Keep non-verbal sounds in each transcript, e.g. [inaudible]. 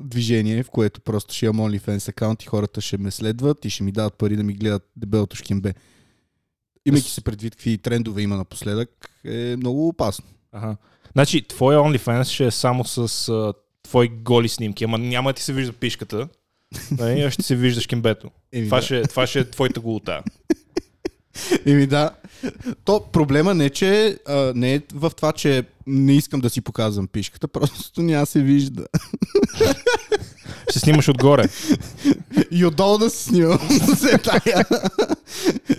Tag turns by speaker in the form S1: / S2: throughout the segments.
S1: движение, в което просто ще имам OnlyFans аккаунт и хората ще ме следват и ще ми дават пари да ми гледат дебелото шкембе. Имайки се предвид какви трендове има напоследък, е много опасно. [laughs]
S2: Ага. Значи, твоя OnlyFans ще е само с а, твои голи снимки, ама няма да ти се
S1: [laughs]
S2: вижда пишката, нали, а ще се виждаш кембето.
S1: Еми,
S2: Това
S1: да.
S2: ще, това ще е твоята голота.
S1: Еми да. То проблема не, че, а, не е в това, че не искам да си показвам пишката, просто няма се вижда.
S2: Ще снимаш отгоре.
S1: И отдолу [laughs] да се снимам. Все тая.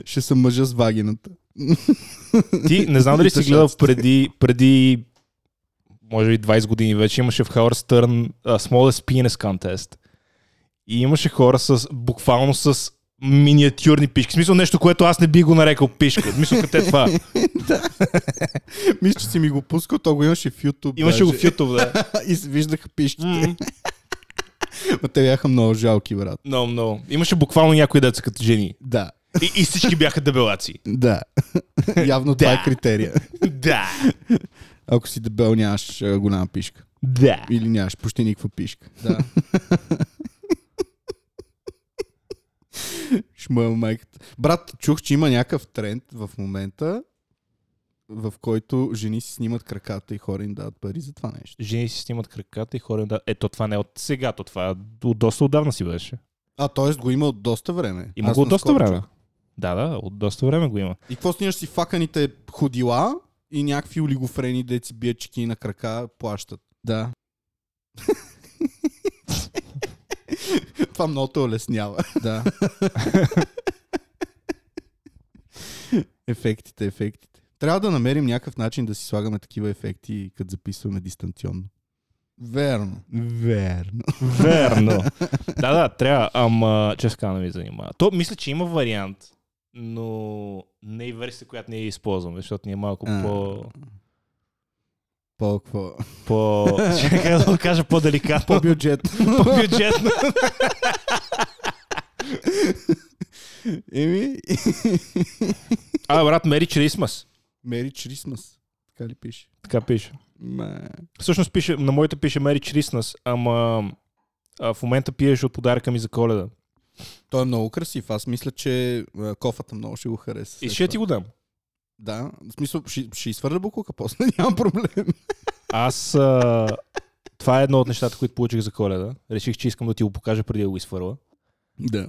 S1: Ще съм мъжа с вагината.
S2: Ти не знам дали си гледал
S1: Тъшаците.
S2: преди, преди може би 20 години вече имаше в Howard Stern а, Smallest Penis Contest. И имаше хора с, буквално с миниатюрни пишки. В смисъл нещо, което аз не би го нарекал пишка. В смисъл къде
S1: [laughs]
S2: е това?
S1: Мисля, че си ми го пускал, то го имаше в YouTube.
S2: Имаше го в
S1: даже.
S2: YouTube, да.
S1: [laughs] И се виждаха пишките. Ма те бяха много жалки, брат.
S2: Много, много. Имаше буквално някои деца като жени.
S1: Да,
S2: И, и всички бяха дебелаци.
S1: да. [laughs] Явно това е
S2: Да.
S1: критерия.
S2: Да.
S1: Ако си дебел, нямаш а, голяма пишка.
S2: Да.
S1: Или нямаш почти никаква пишка.
S2: Да.
S1: [laughs] Шмъл майката. Брат, чух, че има някакъв тренд в момента, в който жени си снимат краката и хора им дават пари за това нещо.
S2: Жени си снимат краката и хора им да... Ето това не е от сега, то това е от доста отдавна си беше.
S1: А, т.е. го има от доста време.
S2: Има
S1: Аз
S2: го от доста
S1: наскоро
S2: време.
S1: чух.
S2: Да, да, от доста време го има.
S1: И какво снимаш си факаните ходила и някакви олигофрени деци бият чеки на крака плащат. Да. [laughs] Това много те олеснява. Да. [laughs] ефектите, ефектите. Трябва да намерим някакъв начин да си слагаме такива ефекти, като записваме дистанционно. Верно. Верно. [laughs]
S2: Верно. да, да, трябва. Ама, ческа не ми занимава. То мисля, че има вариант, но не и версия, която ние използваме, защото ние малко
S1: А.
S2: по...
S1: По-какво?
S2: по... [laughs] Чакай да го кажа по-деликатно.
S1: По-бюджет.
S2: По-бюджетно.
S1: [laughs] Еми, [laughs]
S2: а, брат, Мери Крисмас.
S1: Мери Christmas. Така ли пише?
S2: Така пише.
S1: Ма...
S2: Всъщност пише, на моите пише Мери Крисмас, ама а, в момента пиеш от подаръка ми за коледа.
S1: Той е много красив. Аз мисля, че а, кофата много ще го хареса.
S2: И
S1: след
S2: ще
S1: това.
S2: ти го дам.
S1: Да, в смисъл, ще, ще изхвърля букука после, [laughs] няма проблем.
S2: Аз... А, това е едно от нещата, които получих за коледа. Реших, че искам да ти го покажа преди да го изфърла.
S1: Да.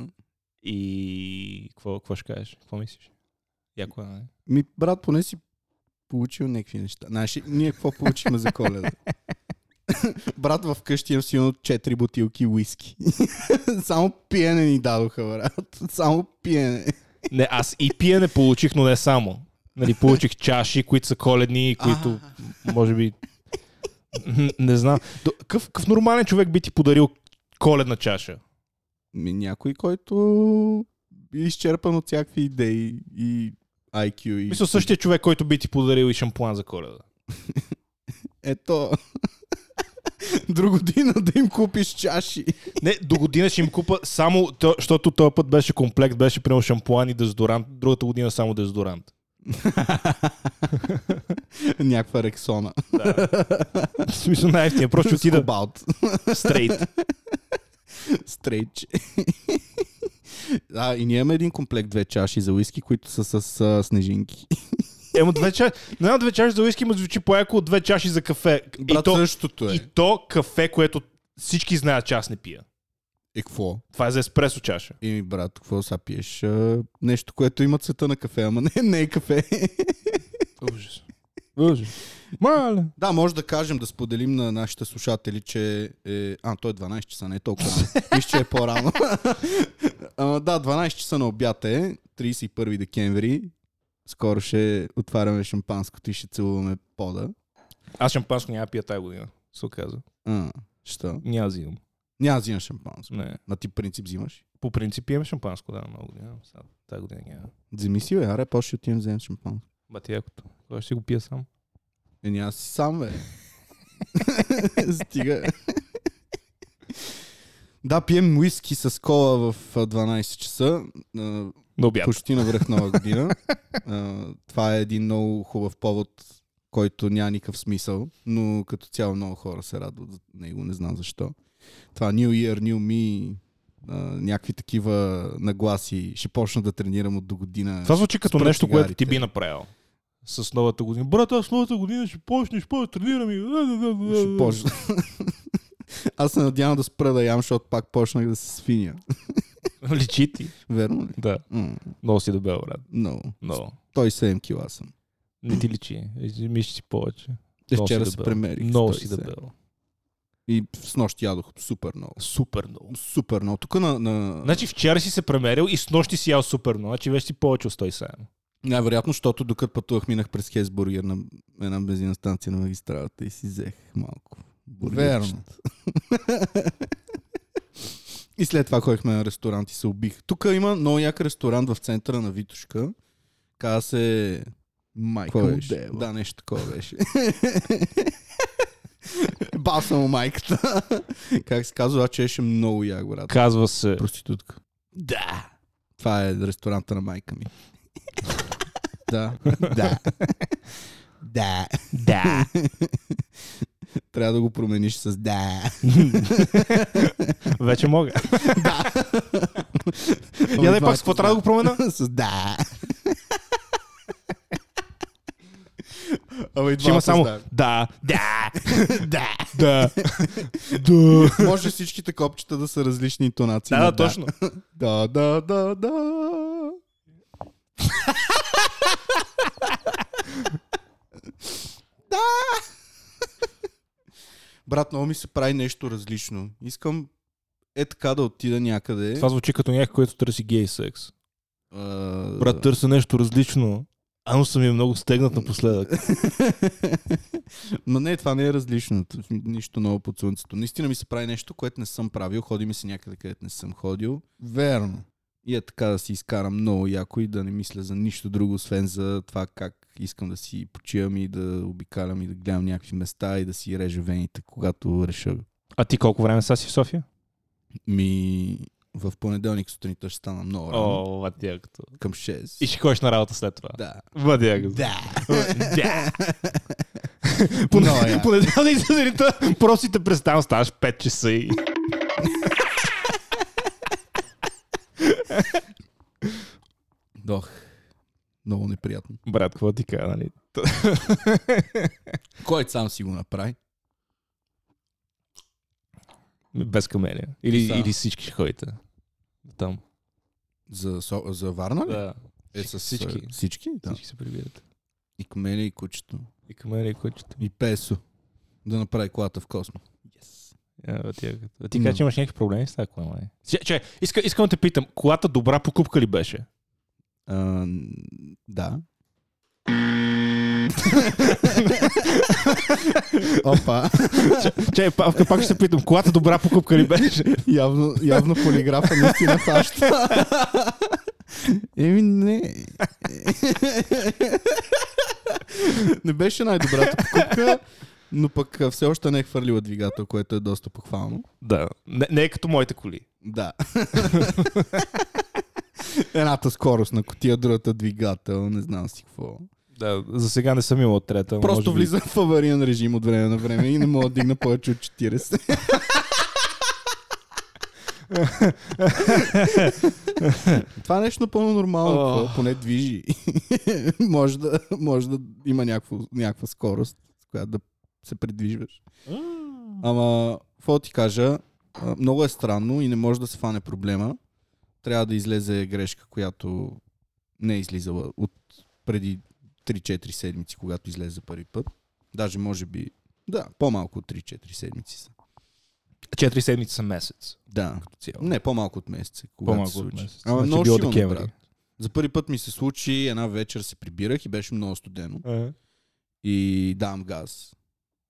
S2: И какво, какво ще кажеш? Какво мислиш? Яко е, не?
S1: Ми, брат, поне си получил някакви неща. Знаеш, ли, ние какво получихме за коледа? [laughs] брат, в къщи имам силно 4 бутилки уиски. [laughs] Само пиене ни дадоха, брат. Само пиене.
S2: не, аз и пия не получих, но не само. Нали, получих чаши, които са коледни, които може би... М, Не знам. До- Къв, къв нормален човек би ти подарил коледна чаша?
S1: Ми, някой, който е изчерпан от всякакви идеи и IQ. И...
S2: Мисля, същия човек, който би ти подарил и шампуан за коледа.
S1: Ето. [laughs] Друг година да им купиш чаши.
S2: Не, до година ще им купа само, то- защото този път беше комплект, беше приел шампуан и дезодорант, другата година само дезодорант.
S1: Някаква рексона.
S2: Да. В смисъл най-ефтиния, просто отида
S1: Скобалт.
S2: стрейт.
S1: [laughs] Стрейч. А, и ние имаме един комплект две чаши за уиски, които са с а, снежинки.
S2: Ема две чаши. Не знам, две чаши за уиски, ма звучи по-яко от две чаши за кафе. и,
S1: Брат,
S2: то,
S1: същото е.
S2: и то кафе, което всички знаят, че аз не пия.
S1: Е, какво?
S2: Това е за еспресо чаша.
S1: Еми, брат, какво са пиеш? А, нещо, което има цвета на кафе, ама не, не е кафе.
S2: Ужас. Ужас. Мале.
S1: да, може да кажем, да споделим на нашите слушатели, че е... А, той е 12 часа, не е толкова рано. Виж, че е по-рано. [laughs] Ама да, 12 часа на обяд е, 31 декември. Скоро ще отваряме шампанското и ще целуваме пода.
S2: Аз шампанско няма да пия тази година, се оказа.
S1: А, що?
S2: Няма да взимам.
S1: Няма да взимаш шампанско.
S2: Не.
S1: На ти принцип взимаш.
S2: По принцип имам шампанско, да, много година. Сега Тази година няма.
S1: Вземи си, бе, аре, после ще отидем да вземем шампанско.
S2: Бати якото. Кой ще си го пия сам?
S1: Е, няма си сам, бе. [laughs] Стига. [laughs] да, пием уиски с кола в а, 12 часа. а,
S2: На обяд. [laughs]
S1: Почти навръх нова година. А, Това е един много хубав повод, който няма никакъв смисъл, но като цяло много хора се радват за него, не знам защо. Това New Year, New Me, а, някакви такива нагласи. Ще почна да тренирам от до година.
S2: Това звучи като
S1: Спра
S2: нещо, което ти
S1: цигарите.
S2: би направил. С новата година. Брат, аз с новата година ще почнеш, ще тренирам и...
S1: Ще почна. [laughs]
S2: [laughs]
S1: Аз се надявам да спра да ям, защото пак почнах да се свиня.
S2: Личи ти.
S1: Верно ли?
S2: Да,
S1: М,
S2: много си добел, брат.
S1: Много.
S2: Много.
S1: 107 кила съм.
S2: Не ти личи. Мисля си повече.
S1: Е,
S2: Много си
S1: Вчера се
S2: дебел.
S1: премерих.
S2: Много си
S1: 107.
S2: дебел.
S1: И с нощ ядох супер много.
S2: Супер много.
S1: Супер много. Тук на, на...
S2: Значи вчера си се премерил и с нощи си ял супер много, значи вече си повече от 107.
S1: Най-вероятно, защото докато пътувах, минах през Хесбургер на една бензина станция на магистралата и си взех малко. бургерчета. [laughs] И след това ходихме на ресторант и се убих. Тук има много як ресторант в центъра на Витушка. Каза се... Майкъл
S2: Кой беше?
S1: Дева. Да, нещо такова беше. [laughs] Бал съм му майката. [laughs] как се казва, че беше много як, брат.
S2: Казва се...
S1: Проститутка.
S2: Да.
S1: Това е ресторанта на майка
S2: [laughs]
S1: ми. да. Да. да.
S2: Да.
S1: Трябва да го промениш с да.
S2: Вече [laughs] мога. Я да Ами пак, с какво трябва да го [laughs]
S1: [laughs]
S2: променя?
S1: С да.
S2: Ще има само да, [laughs] да, да, да, да.
S1: Може всичките копчета да са различни интонации.
S2: Да,
S1: на
S2: да, точно.
S1: Да, да, да, да. да. Брат, много ми се прави нещо различно. Искам е така да отида някъде.
S2: Това звучи като някой, който търси гей секс.
S1: А,
S2: Брат, търся нещо различно. Ано съм ми много стегнат напоследък.
S1: [laughs] Но не, това не е различно. Т- Нищо ново под слънцето. Наистина ми се прави нещо, което не съм правил. Ходи ми се някъде, където не съм ходил.
S3: Верно.
S1: И е така да си изкарам много яко и да не мисля за нищо друго, освен за това как искам да си почивам и да обикалям и да гледам някакви места и да си режа вените, когато реша.
S2: А ти колко време са си в София?
S1: Ми в понеделник сутринта ще стана много рано.
S2: О, ватякото.
S1: Към 6.
S2: И ще ходиш на работа след това.
S1: Да.
S2: Ватякото.
S1: Да.
S2: [laughs] Да.
S1: Много яко.
S2: Понеделник сутринта просто си те представям, ставаш 5 часа и...
S1: Дох. Много неприятно.
S2: Брат, какво ти кажа, нали?
S1: Кой сам си го направи?
S2: [laughs] Без камелия. Или,
S1: Да.
S2: или всички ще ходите. Там.
S1: За, Со- за Варна ли?
S2: Да.
S1: Е, с всички. Всички? Да.
S2: Всички се прибират.
S1: И камели, и кучето.
S2: И камелия, и кучета.
S1: И песо. Да направи колата в космо.
S2: А, ти а ти
S1: Да.
S2: каза, че имаш някакви проблеми с тази кола, май. Че, че иска, искам да те питам, колата добра покупка ли беше?
S1: А, н- да. Опа,
S2: Че, пак, пак ще се питам, колата добра покупка ли беше?
S1: явно, явно полиграфа наистина фаща. Еми не. не беше най-добрата покупка, но пък а, все още не е хвърлила двигател, което е доста похвално.
S2: да. Не, не е като моите коли.
S1: Да. [laughs] Едната скорост на котия, другата двигател, не знам си какво.
S2: Да, за сега не съм имал трета.
S1: Просто влизам в авариен режим от време на време и не мога да дигна повече от 40. Това е нещо напълно нормално,
S2: О.
S1: какво? поне движи. [laughs] може, да, може да има някакво, някаква скорост, с която да се придвижваш. Ама, какво ти кажа, а, много е странно и не може да се фане проблема. Трябва да излезе грешка, която не е излизала от преди 3-4 седмици, когато излезе за първи път. Даже може би, да, по-малко от 3-4 седмици са.
S2: Четири седмици са месец.
S1: Да.
S2: Като цяло.
S1: Не, по-малко от месец, когато
S2: По-малко
S1: се
S2: от
S1: случи.
S2: месец.
S1: Ама
S2: Значи
S1: много
S2: било
S1: силно,
S2: декември.
S1: брат. За първи път ми се случи, една вечер се прибирах и беше много студено.
S2: Е.
S1: И давам газ.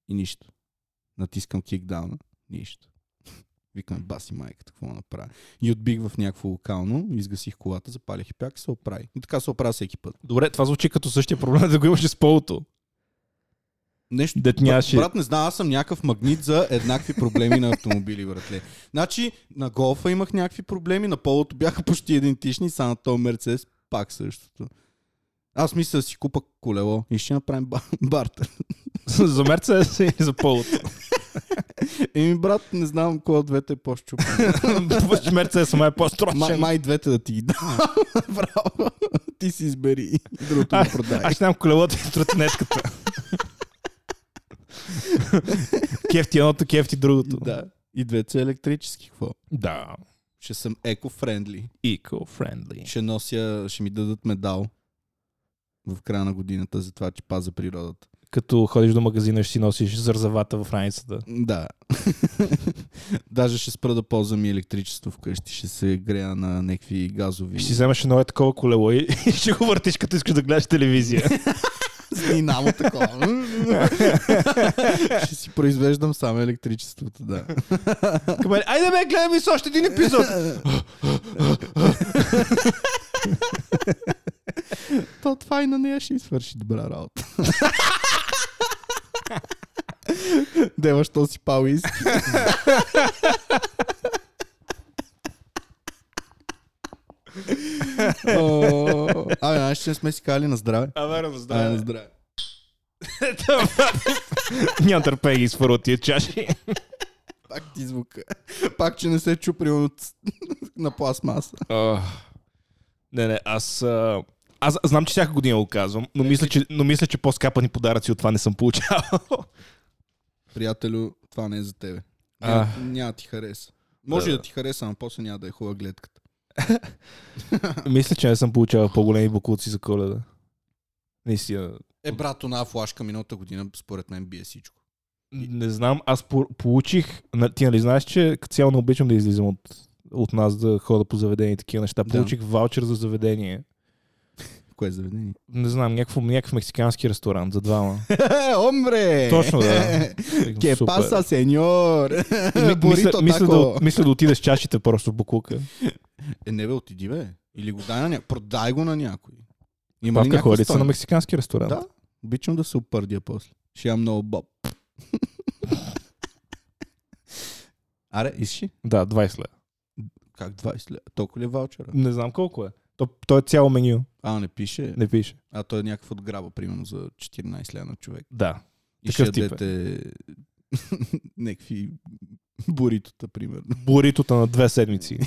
S1: И нищо. Натискам кикдауна. Нищо. [laughs] Викам, баси майката, какво да направя. И отбих в някакво локално, изгасих колата, запалих и пяк и се оправи. И така се оправя всеки път.
S2: Добре, това звучи като същия проблем да го имаш и с полото.
S1: Нещо
S2: Дет нямаше...
S1: Брат, не знам, аз съм някакъв магнит за еднакви проблеми на автомобили, братле. Значи, на голфа имах някакви проблеми, на полото бяха почти идентични, само на този Мерцес пак същото. Аз мисля да си купа колело и ще направим ба- [laughs] бартер.
S2: за Мерцедес и за Полът.
S1: Еми, брат, не знам кой от двете е по-щупен.
S2: [laughs] Мерцедес ма е
S1: Май,
S2: по-страшен.
S1: май двете да ти ги дам. [laughs] Браво. Ти си избери. Другото го
S2: А,
S1: продай.
S2: Аз ще дам колелото и тротинетката. кефти едното, кефти другото.
S1: Да. И двете са електрически. Какво?
S2: Да.
S1: Ще съм еко-френдли.
S2: Eco-friendly.
S1: Ще нося, ще ми дадат медал в края на годината за това, че паза природата.
S2: Като ходиш до магазина, ще си носиш зързавата в раницата.
S1: Да. [laughs] Даже ще спра да ползвам и електричество вкъщи. Ще се грея на някакви газови.
S2: Ще си вземеш едно е такова колело и и ще го въртиш, като искаш да гледаш телевизия.
S1: И намо
S2: [laughs]
S1: такова. ще си произвеждам само електричеството, да.
S2: Кабе, Айде бе, гледаме с още един епизод.
S1: То това и на нея ще й свърши добра работа. Дева, що си пал иски? О, Абе, аз ще не сме си кали на здраве.
S2: А, верно,
S1: Абе, на
S2: [laughs]
S1: здраве.
S2: Нямам търпение ги изфърва тия чаши.
S1: Пак ти звука. Пак, че не се чупри от... на пластмаса.
S2: А, не, не, аз... а, Аз знам, че всяка година го казвам, но мисля, че, но мисля, че по-скапани подаръци от това не съм получавал. [laughs]
S1: Приятелю, това не е за тебе.
S2: А.
S1: Няма, няма ти хареса. Може
S2: Да.
S1: да ти хареса, но после няма да е хубава гледката.
S2: мисля, че не съм получавал по-големи бокуци за коледа. Наистина.
S1: Е, брат, на флашка миналата година, според мен, бие всичко.
S2: Не знам, аз по- получих... на- Ти нали знаеш, че като цяло не обичам да излизам от, от нас да хода по заведения и такива неща.
S1: Да.
S2: Получих ваучер за заведение.
S1: Кое заведение?
S2: Не знам, някакво, някакъв мексикански ресторант
S1: [laughs]
S2: за двама.
S1: Омбре!
S2: Точно, да.
S1: Е, Ке
S2: Супер.
S1: паса, сеньор! [laughs]
S2: Ми- Мисля,
S1: Бурито
S2: мисля,
S1: тако!
S2: да, мисля да отидеш чашите просто в буклука.
S1: Е, не бе, отиди бе. Или го дай на някой. Продай го на някой. Има ли
S2: Павка
S1: някаква
S2: хорица на
S1: стойност?
S2: мексикански ресторант.
S1: Да. Обичам да се опърдя после. Ще имам много боб. [laughs] Аре, иши?
S2: Да, 20 лева.
S1: Как 20 лева? Толкова ли е ваучера?
S2: Не знам колко е. То, то е цяло меню,
S1: А, не пише.
S2: не пише.
S1: А той е някакъв от граба, примерно, за 14 лева на човек.
S2: Да.
S1: И ще
S2: Такъв тип е.
S1: ядете [laughs] някакви буритота, примерно.
S2: Буритота на
S1: [laughs]
S2: две седмици.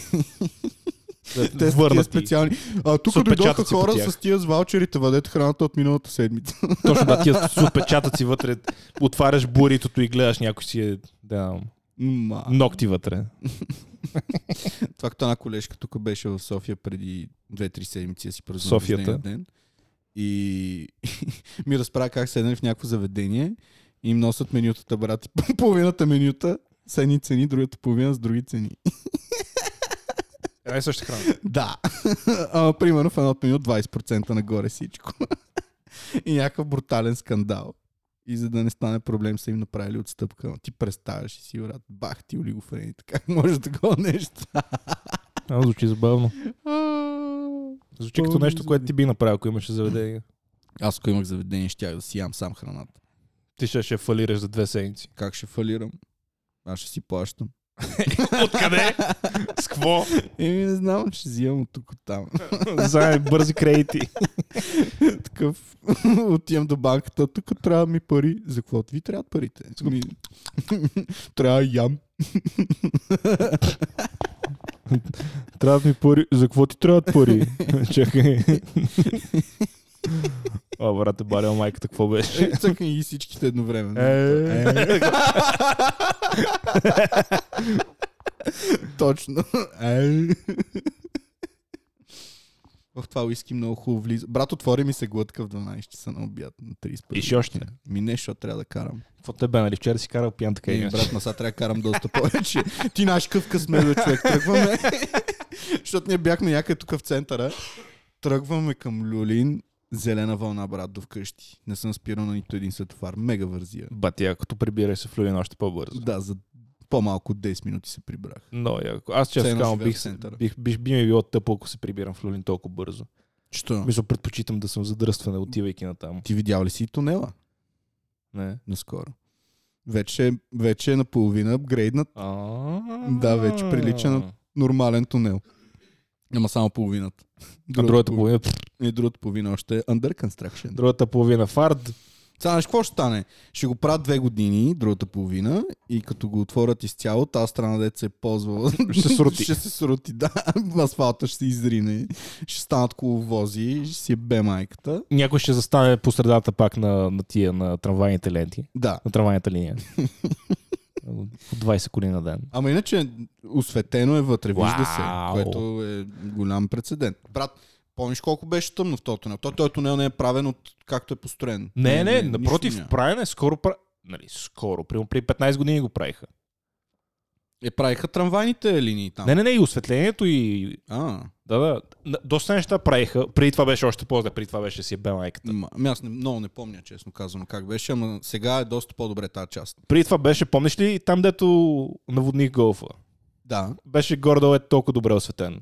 S1: Те
S2: Да,
S1: са такива
S2: Върнати.
S1: специални. А,
S2: С
S1: тук дойдоха
S2: отпечатъци по
S1: хора
S2: тях.
S1: с тия с ваучерите, въдете храната от миналата седмица.
S2: Точно да, тия с отпечатъци вътре. Отваряш буритото и гледаш някой си е да,
S1: Ма.
S2: ногти вътре.
S1: Това като една колежка тук беше в София преди 2-3 седмици, аз си празнувам
S2: Софията.
S1: рождения ден. И [laughs] ми разправя как седнем в някакво заведение и им носят менютата, брат. [laughs] И Половината менюта с едни цени, другата половина с други цени.
S2: Една и съща храна.
S1: Да. [laughs] А, примерно в едно от меню 20% нагоре всичко. [laughs] и някакъв брутален скандал. И за да не стане проблем, са им направили отстъпка. Но ти представяш и си, брат, бах ти олигофрени. Как [laughs] може такова нещо?
S2: А, звучи забавно. Звучи като нещо, което ти би направил, ако имаше заведение.
S1: Аз, ако имах заведение, щях да си ям сам храната.
S2: Ти ще, ще фалираш за две седмици.
S1: Как ще фалирам? Аз ще си плащам.
S2: Откъде? С какво?
S1: Еми, не знам, ще взимам от тук от там. [laughs]
S2: Заеми бързи кредити.
S1: Такъв, [laughs] отивам до банката, тук трябва ми пари. За какво ви трябват парите? Ми... [laughs] трябва ям.
S2: Трябват ми пари. За какво ти трябват пари? [laughs] Чакай. О, брате, барел майката, какво беше?
S1: Е, Цъкни ги всичките едновременно.
S2: Е.
S1: Е. Точно. Е. В това уиски много хубаво влиза. Брат, отвори ми се глътка в 12 часа на обяд на 30
S2: И ще още не.
S1: Ми не, защото трябва да карам.
S2: Какво те бе, нали? Вчера си карал пиян така
S1: Е,
S2: и
S1: брат, ма сега трябва да карам доста повече. Ти наш къв късме, бе, човек. Тръгваме. Защото ние бяхме някъде тук в центъра. Тръгваме към Люлин. Зелена вълна, брат, до вкъщи. Не съм спирал на нито един светофар. Мега вързия.
S2: Бати, като прибираш се в Люлин още по-бързо.
S1: Да, за по-малко от 10 минути се прибрах.
S2: Но, яко. Аз честно
S1: Цено
S2: казвам,
S1: живея
S2: бих,
S1: в
S2: се-
S1: центъра.
S2: бих, бих, би ми било тъпо, ако се прибирам в Люлин толкова бързо.
S1: Що?
S2: Мисля, предпочитам да съм задръстване, отивайки натам.
S1: Ти видял ли си и тунела
S2: Не.
S1: наскоро? Вече, вече е наполовина апгрейднат
S2: А.
S1: Да, вече прилича на- нормален тунел. Ама само половината.
S2: А другата половина, пф,
S1: И другата половина още е under construction.
S2: другата половина фарт.
S1: Сега, знаеш, какво ще стане? Ще го правят две години, другата половина, и като го отворят изцяло, тази страна, дето се е ползвала,
S2: Ще се
S1: [laughs]
S2: срути.
S1: ще се срути, да. Асфалта ще се изрине, ще станат коловози, ще си е бе майката.
S2: Някой ще застане по средата пак на, на тия, на трамвайните ленти.
S1: Да.
S2: На трамвайната линия. [laughs] По 20 коли на ден.
S1: Ама иначе осветено е вътре, вижда се,
S2: Вау.
S1: което е голям прецедент. Брат, помниш колко беше тъмно в този тунел? Той, той тунел не е правен от както е построен.
S2: Не, не,
S1: нищо
S2: напротив,
S1: няма.
S2: правен е скоро. пра- Нали, скоро. Примерно при 15 години го правиха.
S1: Е, правиха трамвайните линии там.
S2: Не, не, не, и осветлението и...
S1: А,
S2: Да, да. Н- Доста неща правиха. Преди това беше още по-зле, преди това беше си е бе майката.
S1: м- ами аз не, много не помня, честно казвам, как беше, ама сега е доста по-добре тази част.
S2: Преди това беше, помниш ли, там дето наводних голфа.
S1: Да.
S2: Беше гордо е толкова добре осветен.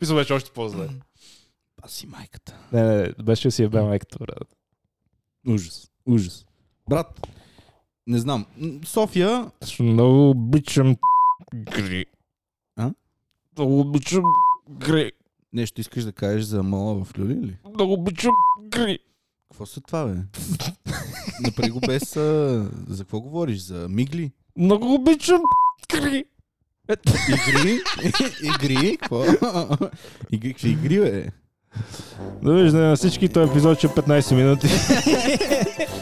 S2: Мисля, беше още по-зле.
S1: Аз си майката.
S2: Не, не, беше си е бе майката, брат.
S1: Ужас. Ужас. Брат, не знам. М, София,
S2: Аз много обичам гри.
S1: А?
S2: Много обичам гри.
S1: нещо искаш да кажеш за мала в Люли ли?
S2: Много обичам гри.
S1: Какво са това, [laughs] бе? Напри го без... А... За какво говориш? За мигли?
S2: Много обичам гри.
S1: Игри? [laughs] игри? Какво? [laughs] игри, какви игри, бе?
S2: Довиждане нали, на всички, този епизод ще е 15 минути.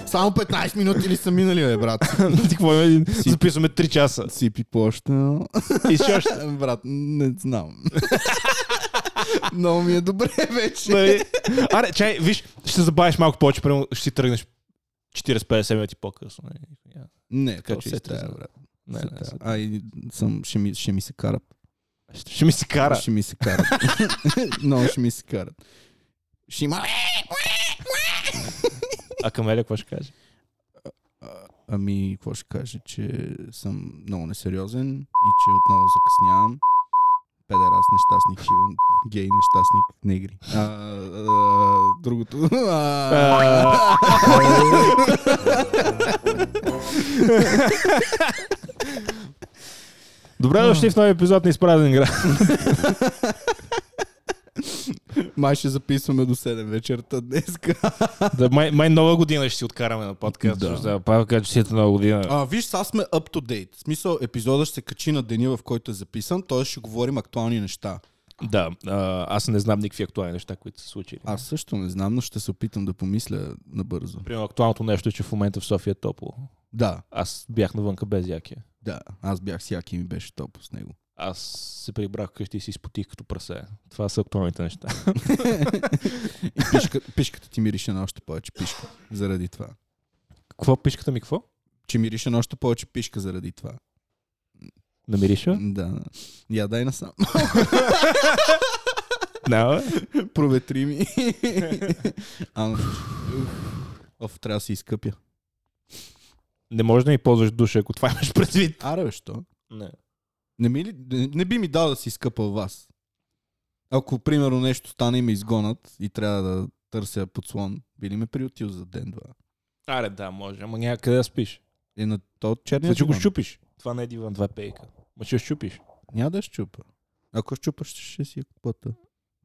S1: Само 15 минути ли са минали, бе, брат?
S2: [laughs] Ти какво има един?
S1: Си.
S2: Записваме 3 часа.
S1: Сипи площа.
S2: И ще още...
S1: [laughs] Брат, не знам. [laughs] Много ми е добре [laughs] вече.
S2: Нали? Аре, чай, виж, ще забавиш малко повече, примерно ще си тръгнеш 40-50 минути по-късно. Не,
S1: Не,
S2: Така
S1: то
S2: че
S1: се
S2: истина.
S1: трябва, брат.
S2: не,
S1: Се
S2: не,
S1: трябва. А, и съм, ще, ми, ще ми се карат.
S2: не. Ще ми се кара.
S1: Ще ми се карат. [laughs] Много ще ми се карат. Ще има...
S2: А Камелия какво ще каже?
S1: Ами, какво ще кажа, че съм много несериозен и че отново закъснявам. Педерас, нещастник, шиван, гей, нещастник, негри. А, а, другото... [laughs] А,
S2: А, Добре дошли в нови епизод на Изпразен град.
S1: май ще записваме до 7 вечерта днес.
S2: Да, май, май нова година ще си откараме на подкаст.
S1: Да.
S2: Да. Павел каже, че си е нова година.
S1: А, виж, сега сме up to date. В смисъл, епизода ще се качи на деня, в който е записан, т.е. ще говорим актуални неща.
S2: Да, а, аз не знам никакви актуални неща, които са случили.
S1: Аз също не знам, но ще се опитам да помисля набързо.
S2: Примерно актуалното нещо е, че в момента в София е топло.
S1: Да,
S2: Аз бях навънка без якия.
S1: да. Аз бях сяк и ми беше топ с него.
S2: Аз се прибрах къщи и си изпотих като прасе. Това са актуалните неща.
S1: И [laughs] пишка, пишката ти мирише на още повече пишка заради това.
S2: Какво пишката ми какво?
S1: Че мирише на още повече пишка заради това.
S2: Намириша?
S1: Да. Я дай насам.
S2: Да,
S1: [laughs] Проветри ми. [laughs] Ано. Оф, трябва да се изкъпя.
S2: Не можеш да ми ползваш душа, ако това имаш предвид.
S1: Аре, бе, що?
S2: Не.
S1: Не, ми, ли- не, не би ми дал да си изкъпа вас. Ако, примерно, нещо стане и ме изгонат и трябва да търся подслон, би ли ме приютил за ден-два?
S2: Аре, да, може, ама няма къде да спиш.
S1: Е, на то черния
S2: Сега ще го
S1: диван.
S2: щупиш. Това не е диван, това е пейка. Ма ще я щупиш.
S1: Няма да я щупа. Ако я щупаш, ще си я плата.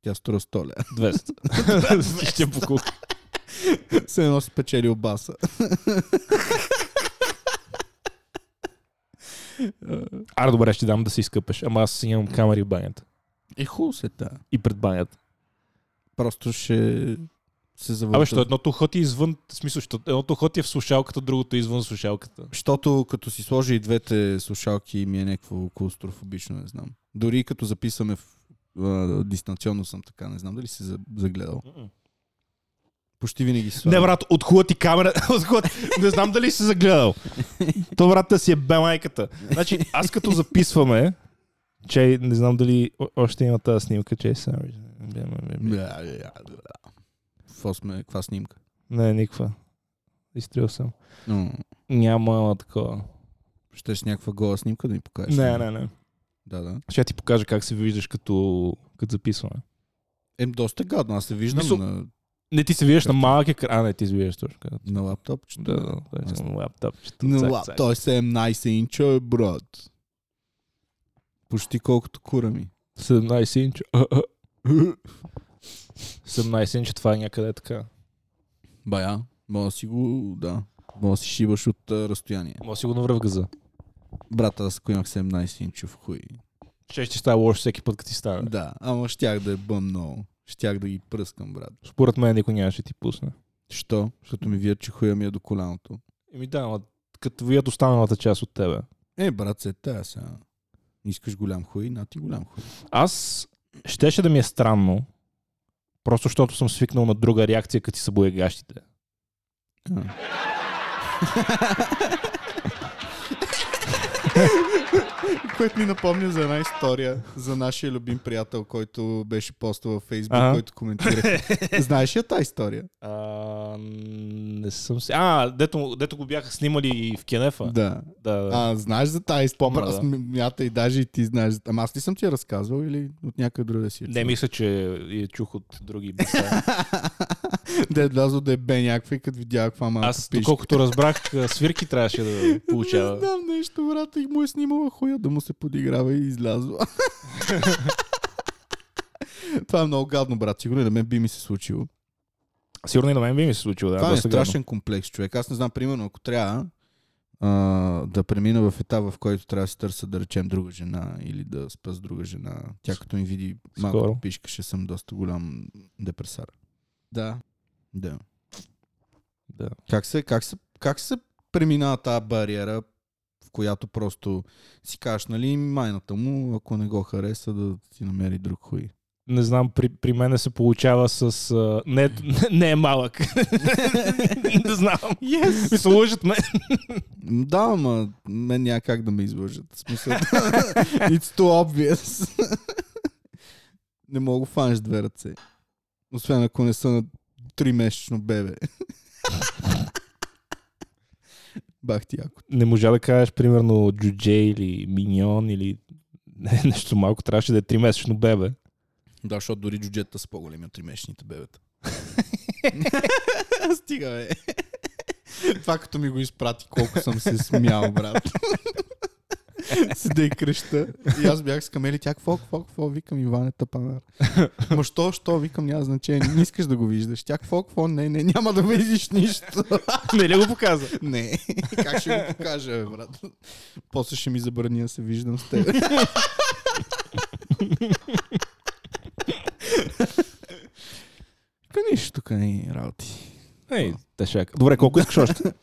S1: Тя струва 100 [laughs] лева.
S2: 200. [laughs] ще я покук.
S1: Се едно си печелил баса.
S2: Аре, добре, ще дам да се изкъпеш. Ама аз имам камери в банята.
S1: Е, хубаво се та.
S2: И пред банята.
S1: Просто ще се завърта.
S2: Абе, що едното хоти извън, в смисъл, що едното хоти е в слушалката, другото е извън слушалката.
S1: Защото като си сложи и двете слушалки ми е някакво клаустрофобично, не знам. Дори и като записваме в, а, дистанционно съм така, не знам дали си за- загледал. Почти винаги си
S2: Не,
S1: слагам.
S2: брат, отхуя ти камера. [laughs] отхуя ти- Не знам дали си загледал. То, брат, да си е бе майката. Значи, аз като записваме, че не знам дали о- още има тази снимка, че е сам.
S1: Бля, бля, бля. Какво сме? Каква снимка?
S2: Не, никаква. Изтрил съм.
S1: Но,
S2: Няма такова.
S1: ще с някаква гола снимка да ми покажеш.
S2: Не, не, не.
S1: Да, да.
S2: Ще ти покажа как се виждаш като, като записваме.
S1: Е, доста гадно. Аз се виждам
S2: Мисъл-
S1: на,
S2: Не, ти се виждаш на малък екран. А, не, ти се виждаш точно.
S1: на лаптоп. че-
S2: Да, да, да.
S1: Ясно.
S2: На лаптоп.
S1: На лап. Той е 17 инча, брат. Почти колкото кура ми.
S2: 17 [laughs] инча. 17 инча, това е някъде така.
S1: Бая, мога да си го, да. Мога да си шибаш от а, разстояние.
S2: Може си го навръв газа.
S1: Брата, аз ако имах 17 инчов хуй.
S2: Е. Ще ще става лошо всеки път, като ти стане.
S1: Да, ама щях да е бъм много. Щях да ги пръскам, брат.
S2: Според мен никой нямаше да ти пусне.
S1: Що? Защото ми вият, че хуя ми е до коляното.
S2: Еми да, ама като вият останалата част от тебе.
S1: Е, брат, се тая сега. Искаш голям хуй, на ти голям хуй.
S2: Аз щеше да ми е странно, просто защото съм свикнал на друга реакция, като ти са боегащите.
S1: А. [laughs] Което ми напомня за една история за нашия любим приятел, който беше поствал във Фейсбук,
S2: Ага.
S1: който [laughs] коментира. Знаеш ли я тази история?
S2: А, не съм си... А, дето, дето го бяха снимали и в Кенефа.
S1: Да.
S2: да. да.
S1: А, знаеш за тази
S2: Помня,
S1: история?
S2: да.
S1: Мята и даже и ти знаеш. за- Ама аз ли съм ти я разказвал или от някъде друга си? я
S2: Не
S1: чул?
S2: мисля, че я чух от други
S1: [laughs]
S2: места.
S1: да е влязъл да е бе някаква и като видях каква малка
S2: Аз,
S1: пишка.
S2: доколкото разбрах, а, свирки трябваше да
S1: [laughs] Не
S2: получава.
S1: знам нещо, брат, и му е снимала хуя да му се подиграва и излязла. [laughs] Това е много гадно, брат. Сигурно и на мен би ми се случило.
S2: Сигурно и на мен би ми се случило. Да,
S1: Това е
S2: доста гадно.
S1: страшен комплекс, човек. Аз не знам, примерно, ако трябва а, да премина в етап, в който трябва да се търся, да речем, друга жена или да спа с друга жена. Тя като ми види малко
S2: Скоро.
S1: пишка, ще съм доста голям депресар. Да. Да.
S2: Да.
S1: Как се, как се, как се преминава тази бариера, в която просто си кажеш, нали, майната му, ако не го хареса, да си намери друг хуй.
S2: не знам, при, при мене се получава с... А, не, не, не е малък. [laughs] не знам. Yes. Ми се лъжат ме.
S1: М, Да, ама мен няма как да ме излъжат. В смисъл, [laughs] it's too obvious. [laughs] не мога да фанеш с две ръце. Освен ако не са на 3 месечно бебе. [laughs] Бах ти яко.
S2: Не можа да кажеш, примерно, джудже или миньон или не, нещо малко. Трябваше да е 3-месечно бебе.
S1: Да, защото дори джуджета са по-големи от 3 месечните бебета. [laughs] Стига, бе. Това като ми го изпрати, колко съм се смял, брат. Седе и креща. И аз бях с камели, тя какво, какво, какво, викам Иване Тапанар. Ма що, що, викам, няма значение, не искаш да го виждаш. Тя какво, какво, не, не, няма да видиш нищо.
S2: Не ли го показа?
S1: Не, как ще го покажа, бе, брат? После ще ми забрани да се виждам с теб. Тук нищо, тук не е работи.
S2: Ей, тъшак. Добре, колко искаш още?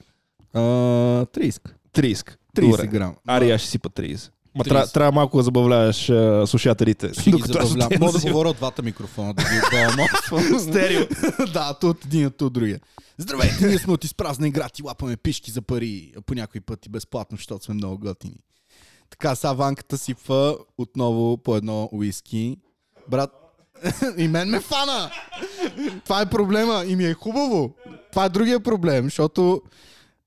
S1: А, 30.
S2: 30.
S1: 30 грама.
S2: Ария ще сипа 30. Ма
S1: 30.
S2: тря- трябва малко да забавляваш а, слушателите.
S1: Ще ги
S2: аз
S1: забавлявам.
S2: отивам
S1: Мога да
S2: взимам.
S1: говоря от двата микрофона, да ги
S2: [laughs]
S1: отбаламосвам.
S2: Стерео.
S1: да, то от един, то от другия. Здравейте, ние сме от изпразна игра, ти лапаме пишки за пари, а по някой път и безплатно, защото сме много готини. Така, сега ванката сипва отново по едно уиски. Брат, [laughs] и мен ме фана! Това е проблема и ми е хубаво. Това е другия проблем, защото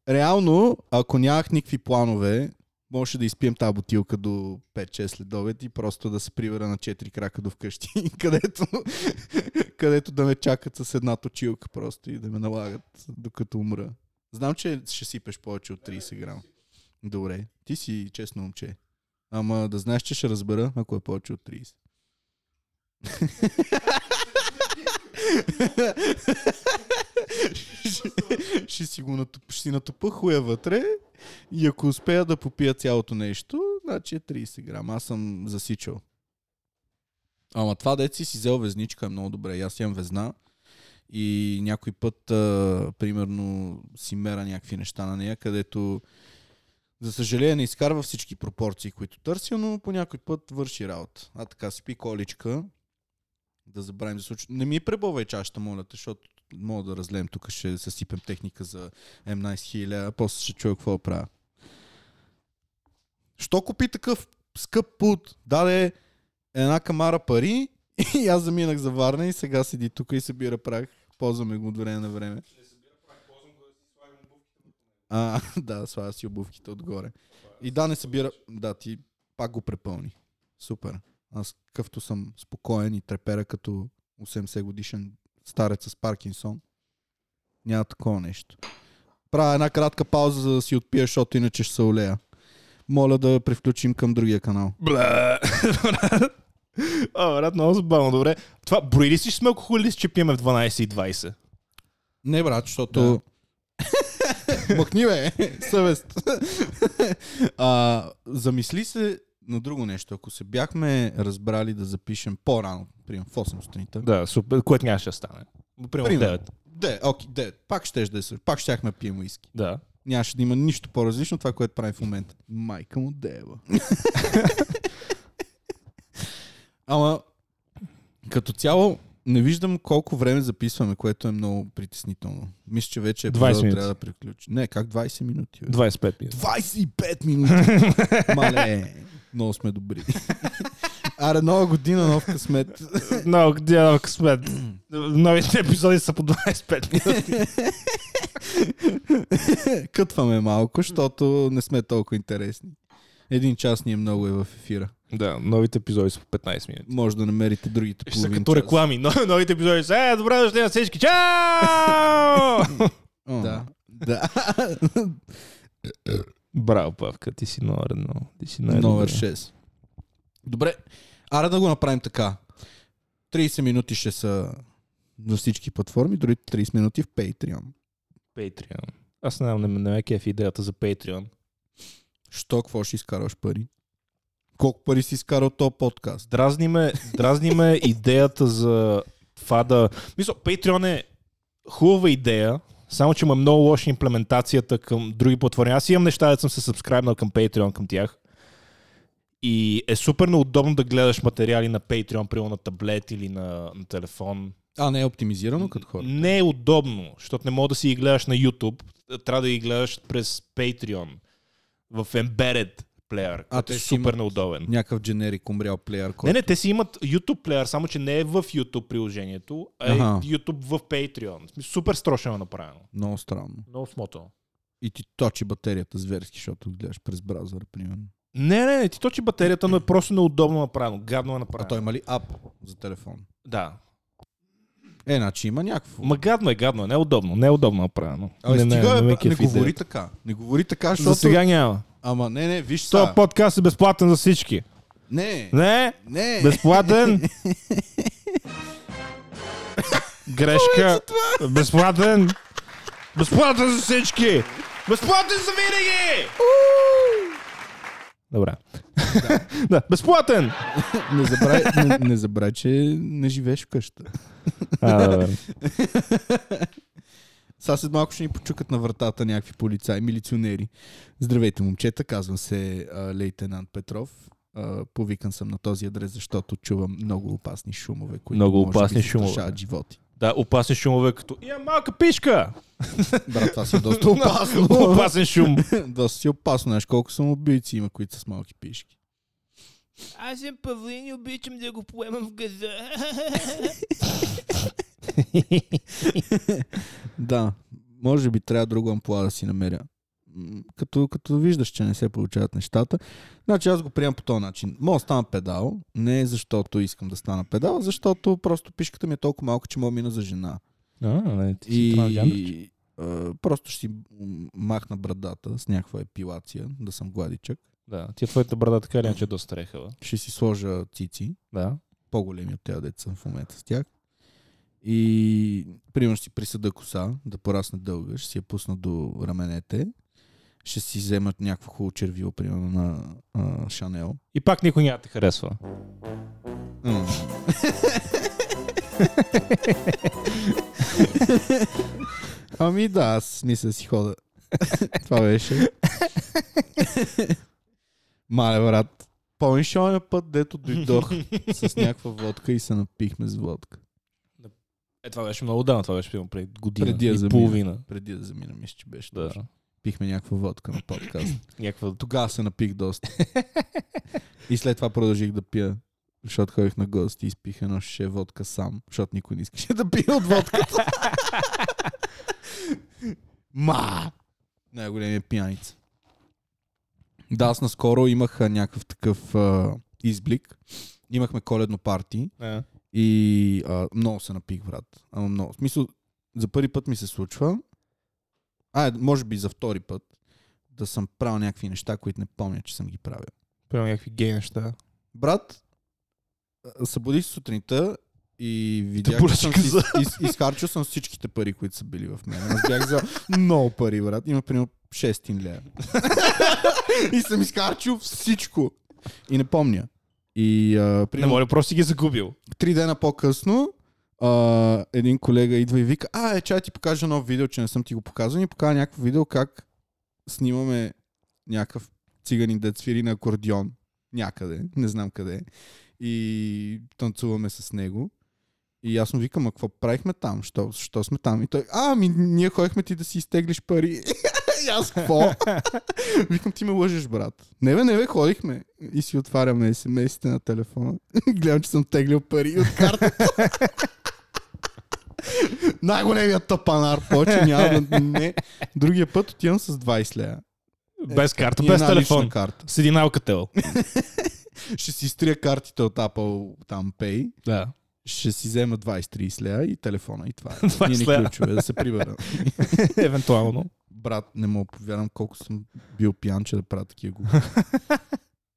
S1: реално, ако нямах никакви планове, можеше да изпием тази бутилка до 5-6 следобед и просто да се прибера на 4 крака до вкъщи, [laughs] където, където да ме чакат с една точилка просто и да ме налагат докато умра. Знам, че ще сипеш повече от 30 грама. Добре, ти си честно момче. Ама да знаеш, че ще разбера, ако е повече от 30. [laughs] ще, ще си го натъп, ще си натъпа хуя вътре и ако успея да попия цялото нещо, значи е 30 грама. Аз съм засичал. Ама това дете си си взел везничка е много добре. И Аз имам везна и някой път, а, примерно, си мера някакви неща на нея, където за съжаление не изкарва всички пропорции, които търся, но по някой път върши работа. А така спи количка, да забравим за случай. Не ми е пребовай чашата, моля те, защото мога да разлеем тук, ще съсипем техника за M19000, а после ще чуя какво да правя. Що купи такъв скъп пут? Даде една камара пари [laughs] и аз заминах за Варна и сега седи тук и събира прах. Ползваме го от време на време. А, [laughs] да, слага си обувките отгоре. И да, не събира... Да, ти пак го препълни. Супер. Аз къвто съм спокоен и трепера като 80 годишен старец с Паркинсон. Няма такова нещо. Правя една кратка пауза, за да си отпия, защото иначе ще се олея. моля да превключим към другия канал.
S2: [laughs] Бла. А, брат, много забавно, добре. Това, брои ли си, че сме алкохолици, че пиеме в 12.20?
S1: Не, брат, [laughs] защото... Махни, бе, [laughs] съвест. а, замисли се на друго нещо. Ако се бяхме разбрали да запишем по-рано, примерно в 8 сутринта,
S2: Да, супер, което нямаше да стане. Примерно
S1: Примерно.
S2: 9.
S1: Де, окей, де, пак ще да е сър- пак щяхме да пием уиски.
S2: Да.
S1: Нямаше да има нищо по-различно от това, което правим в момента. Майка му дева. Ама, като цяло, не виждам колко време записваме, което е много притеснително. Мисля, че вече е
S2: 20 минути.
S1: трябва да приключи. Не, как 20 минути? Бе?
S2: 25 минути.
S1: 25 минути! Мале, много сме добри. Аре, нова година, нов късмет.
S2: [laughs] Много, дядо, късмет. Новите епизоди са по 25 минути.
S1: Е, Кътваме малко, защото не сме толкова интересни. Един час ни е много е в ефира.
S2: [laughs] да, новите епизоди са по 15 минути.
S1: Може да намерите другите
S2: Ще са
S1: половин
S2: като
S1: час.
S2: реклами. Но, новите епизоди са, е, добре дошли на всички. Чао! [laughs]
S1: О, Да. да.
S2: Браво, Павка, ти си номер едно. Ти си номер
S1: Номер
S2: едно.
S1: 6. Добре, аре да го направим така. 30 минути ще са на всички платформи, дори 30 минути в Patreon.
S2: Patreon. Аз не знам, не, ме- не ме кеф идеята за Patreon.
S1: Що, какво ще изкараш пари? Колко пари си изкарал този подкаст?
S2: Дразни ме, дразни ме [laughs] идеята за това да... Мисля, Patreon е хубава идея, само че има много лоша имплементацията към други платформи. Аз имам неща, да съм се сабскрайбнал към Patreon, към тях. И е супер неудобно да гледаш материали на Patreon, примерно на таблет или на, на телефон.
S1: А, не е оптимизирано като хора.
S2: Не е удобно, защото не мога да си ги гледаш на YouTube. Трябва да ги гледаш през Patreon в Embedded Player,
S1: А,
S2: който
S1: те
S2: е
S1: си
S2: супер
S1: имат-
S2: неудобен.
S1: Някакъв дженерик умрял плеер,
S2: Не,
S1: който...
S2: не, те си имат YouTube плеер, само че не е в YouTube приложението, а е
S1: Аха.
S2: YouTube в Patreon. В смисъл, Супер строшено е направено.
S1: Много странно.
S2: Много смотано.
S1: И ти точи батерията зверски, защото гледаш през браузър, примерно.
S2: Не, не, не, ти точи батерията, но е просто неудобно направено. Гадно е
S1: А
S2: направено.
S1: той има ли ап за телефон?
S2: Да.
S1: Е, значи има някакво.
S2: Ма гадно е, гадно е, неудобно, неудобно направено.
S1: Абе, не, стига, не,
S2: ме
S1: не, не,
S2: кефи
S1: говори
S2: идеята.
S1: така. Не говори така, защото...
S2: За сега няма.
S1: Ама не, не, виж
S2: Този
S1: сега.
S2: подкаст е безплатен за всички.
S1: Не,
S2: Не,
S1: не.
S2: безплатен. Грешка. Безплатен. Безплатен за всички. Безплатен за винаги. Добре. Да, безплатен.
S1: Не забравяй, не, не забравяй, че не живееш вкъща.
S2: А, добре.
S1: Сега след малко ще ни почукат на вратата някакви полицаи, милиционери. Здравейте, момчета, казвам се а, лейтенант Петров. А, повикан съм на този адрес, защото чувам много опасни шумове, които
S2: Много
S1: може би
S2: опасни шумове.
S1: застрашават животи.
S2: Да, опасен шумове като... Я малка пишка!
S1: Брат, това си е [laughs] доста опасно.
S2: Опасен шум.
S1: доста си опасно. Знаеш колко самоубийци има, които са с малки пишки.
S3: Аз съм павлин и обичам да го поемам в газа.
S1: Да, може би трябва друго амплуа да си намеря. М, Като, като виждаш, че не се получават нещата. Значи аз го приемам по този начин. Мога да стана педал, не защото искам да стана педал, а защото просто пишката ми е толкова малка, че мога да мина за жена.
S2: [laughs] А, ти си трансгендър?
S1: И а, просто ще си м, махна брадата с някаква епилация, да съм гладичък.
S2: Да, ти твоята брада така или иначе е доста рехава.
S1: Ще си сложа цици,
S2: Да.
S1: по-големи от тези деца съм в момента с тях. И примерно ще си присъда коса, да порасне дълга, ще си я пусна до раменете. Ще си вземат някакво хубаво червило, примерно на а, Шанел.
S2: И пак никой няма да те харесва.
S1: М. [laughs] Ами да, аз мисля да си хода. [laughs] Това беше. Мале, брат. Помниш ли оня път, дето [laughs] дойдох с някаква водка и се напихме с водка?
S2: Е, това беше много давно, това беше примерно преди година
S1: Преди я
S2: и
S1: замина.
S2: половина.
S1: Преди да замина, мисля, че беше.
S2: Да.
S1: точно. Пихме някаква водка на подкаст.
S2: [laughs] Някаква...
S1: Тогава се напих доста. и след това продължих да пия. Защото ходих на гости и изпих едно шеше водка сам, защото никой не искаше да пие от водката. Ма! Най-големия пияница. Да, аз наскоро имах а, някакъв такъв а, изблик. Имахме коледно парти.
S2: А.
S1: И а, много се напих, брат. Ама много. В смисъл, за първи път ми се случва. А, може би за втори път. да съм правил някакви неща, които не помня, че съм ги правил.
S2: Примерно някакви гей неща.
S1: Брат, а, събудих се сутринта и видях, че
S2: поръчка
S1: съм си,
S2: за-
S1: из, изхарчил съм всичките пари, които са били в мен. Аз бях за много пари, брат. Има примерно 6 лея. [laughs] и съм изхарчил всичко. И не помня. И а,
S2: Не
S1: примерно
S2: моля, просто си ги загубил.
S1: три дена по-късно а, един колега идва и вика, а, е, чай ти покажа ново видео, че не съм ти го показал. И покажа някакво видео как снимаме някакъв циганин да свири на акордеон някъде, не знам къде. И танцуваме с него. И аз му викам, а какво правихме там? Що, що сме там? И той, а, ми, ние ходихме ти да си изтеглиш пари. [laughs] и аз какво? викам, ти ме лъжеш, брат. Не бе, не бе, ходихме. И си отваряме смс-ите на телефона. [laughs] Гледам, че съм теглил пари от карта. [laughs] Най-големият тапанар, повече няма да... Не. Другия път отивам с 20 лея.
S2: Без карта,
S1: И
S2: без
S1: една лична
S2: телефон.
S1: карта.
S2: С един алкател.
S1: Ще си изтрия картите от Apple там Pay,
S2: Да.
S1: ще си взема 20-30 лея и телефона и
S2: [laughs]
S1: това е.
S2: 20
S1: 20
S2: лея.
S1: ключове да се прибера.
S2: [laughs] Евентуално.
S1: Брат, не мога да повярвам колко съм бил пиян, че да правя такива глупи.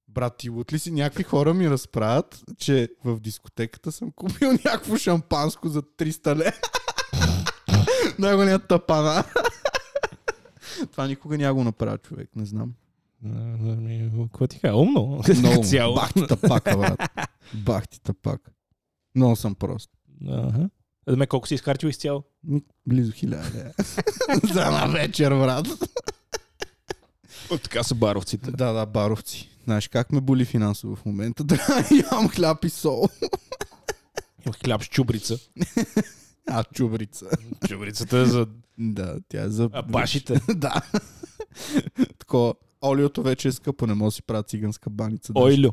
S1: Брат, ти лут ли си? Някакви хора ми разправят, че в дискотеката съм купил [laughs] някакво шампанско за 300 лева. [laughs] Най-големият тапана. [laughs] Това никога няма го направя, човек. Не знам.
S2: Ами, Какво ти кажа? Умно. [laughs]
S1: Много.
S2: Цяло.
S1: Бах ти тапака, брат. Бах ти тапак. Много съм прост.
S2: Аха. Да ме колко си изхарчил изцяло?
S1: Ми, Близо хиляда. лева. [laughs] За една вечер, брат.
S2: От така са баровците.
S1: Да, да, баровци. Знаеш как ме боли финансово в момента? [laughs] Трябва да ям хляб и сол.
S2: Хляб с чубрица.
S1: А, чубрица.
S2: Чубрицата е за
S1: Да, тя е за...
S2: а, башите.
S1: [laughs] да. Тако, олиото вече е скъпо, не мога да си правя циганска баница. Даже
S2: [laughs] Ойлю.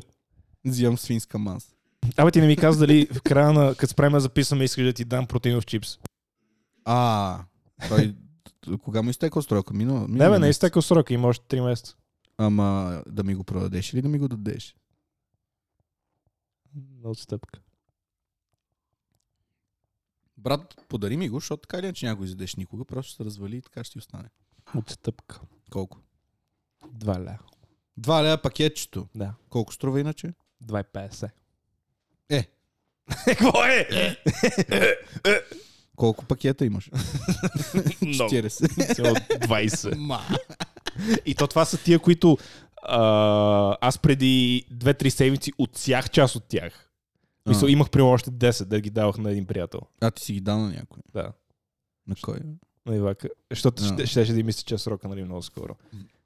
S1: Взимам свинска маса.
S2: Абе ти не ми каза дали в края на, като спреме да записваме, искаш да ти дам протеинов чипс.
S1: А, той... Кога му изтекла строка? Минало?
S2: Не бе, не е изтекал срока, има още 3 месеца.
S1: Ама да ми го продадеш или да ми го дадеш?
S2: На отстъпка.
S1: Брат, подари ми го, защото така или иначе няма го изядеш никога, просто ще се развали и така ще ти остане.
S2: Отстъпка.
S1: Колко?
S2: Два ля.
S1: Два лея пакетчето.
S2: Да.
S1: Колко струва иначе?
S2: 2,50.
S1: Е.
S2: [laughs] Какво е?
S1: Колко пакета имаш?
S2: [laughs] Много.
S1: 40.
S2: Е, Цяло 20.
S1: Ма.
S2: И то това са тия, които а, аз преди 2-3 седмици отсях част от тях. Мисля, имах при още 10 да ги давах на един приятел.
S1: А, ти си ги дал на някой?
S2: Да.
S1: На кой?
S2: На Ивака. Защото
S1: Да.
S2: ще, щеше да им мисля, че е срока нали, много скоро.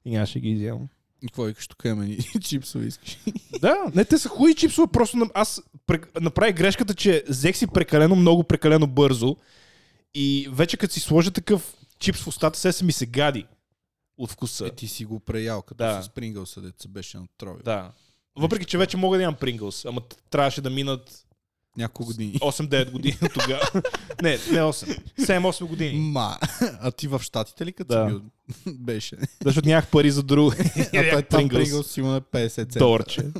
S2: И нямаше ги изям.
S1: И какво викаш тук имаме ни [laughs] чипсове искаш?
S2: да, не, те са хубави чипсове, просто на- аз прек- направих грешката, че взех си прекалено много, прекалено бързо. И вече като си сложа такъв чипс в устата, се, се ми се гади от вкуса.
S1: Е, ти си го преял, като
S2: Да.
S1: с Pringles, деца беше натровил.
S2: Да. Въпреки, че вече мога да имам Принглс, ама т- трябваше да минат
S1: Няколко години.
S2: 8-9 години тогава. не, не 8. 7-8 години.
S1: Ма, [laughs] а ти в Штатите ли като
S2: Да. Е,
S1: си бил? [laughs] Беше.
S2: Да, Защото нямах пари за [laughs] друго.
S1: а той там Pringles сигурно е 50 цента.
S2: Доларче.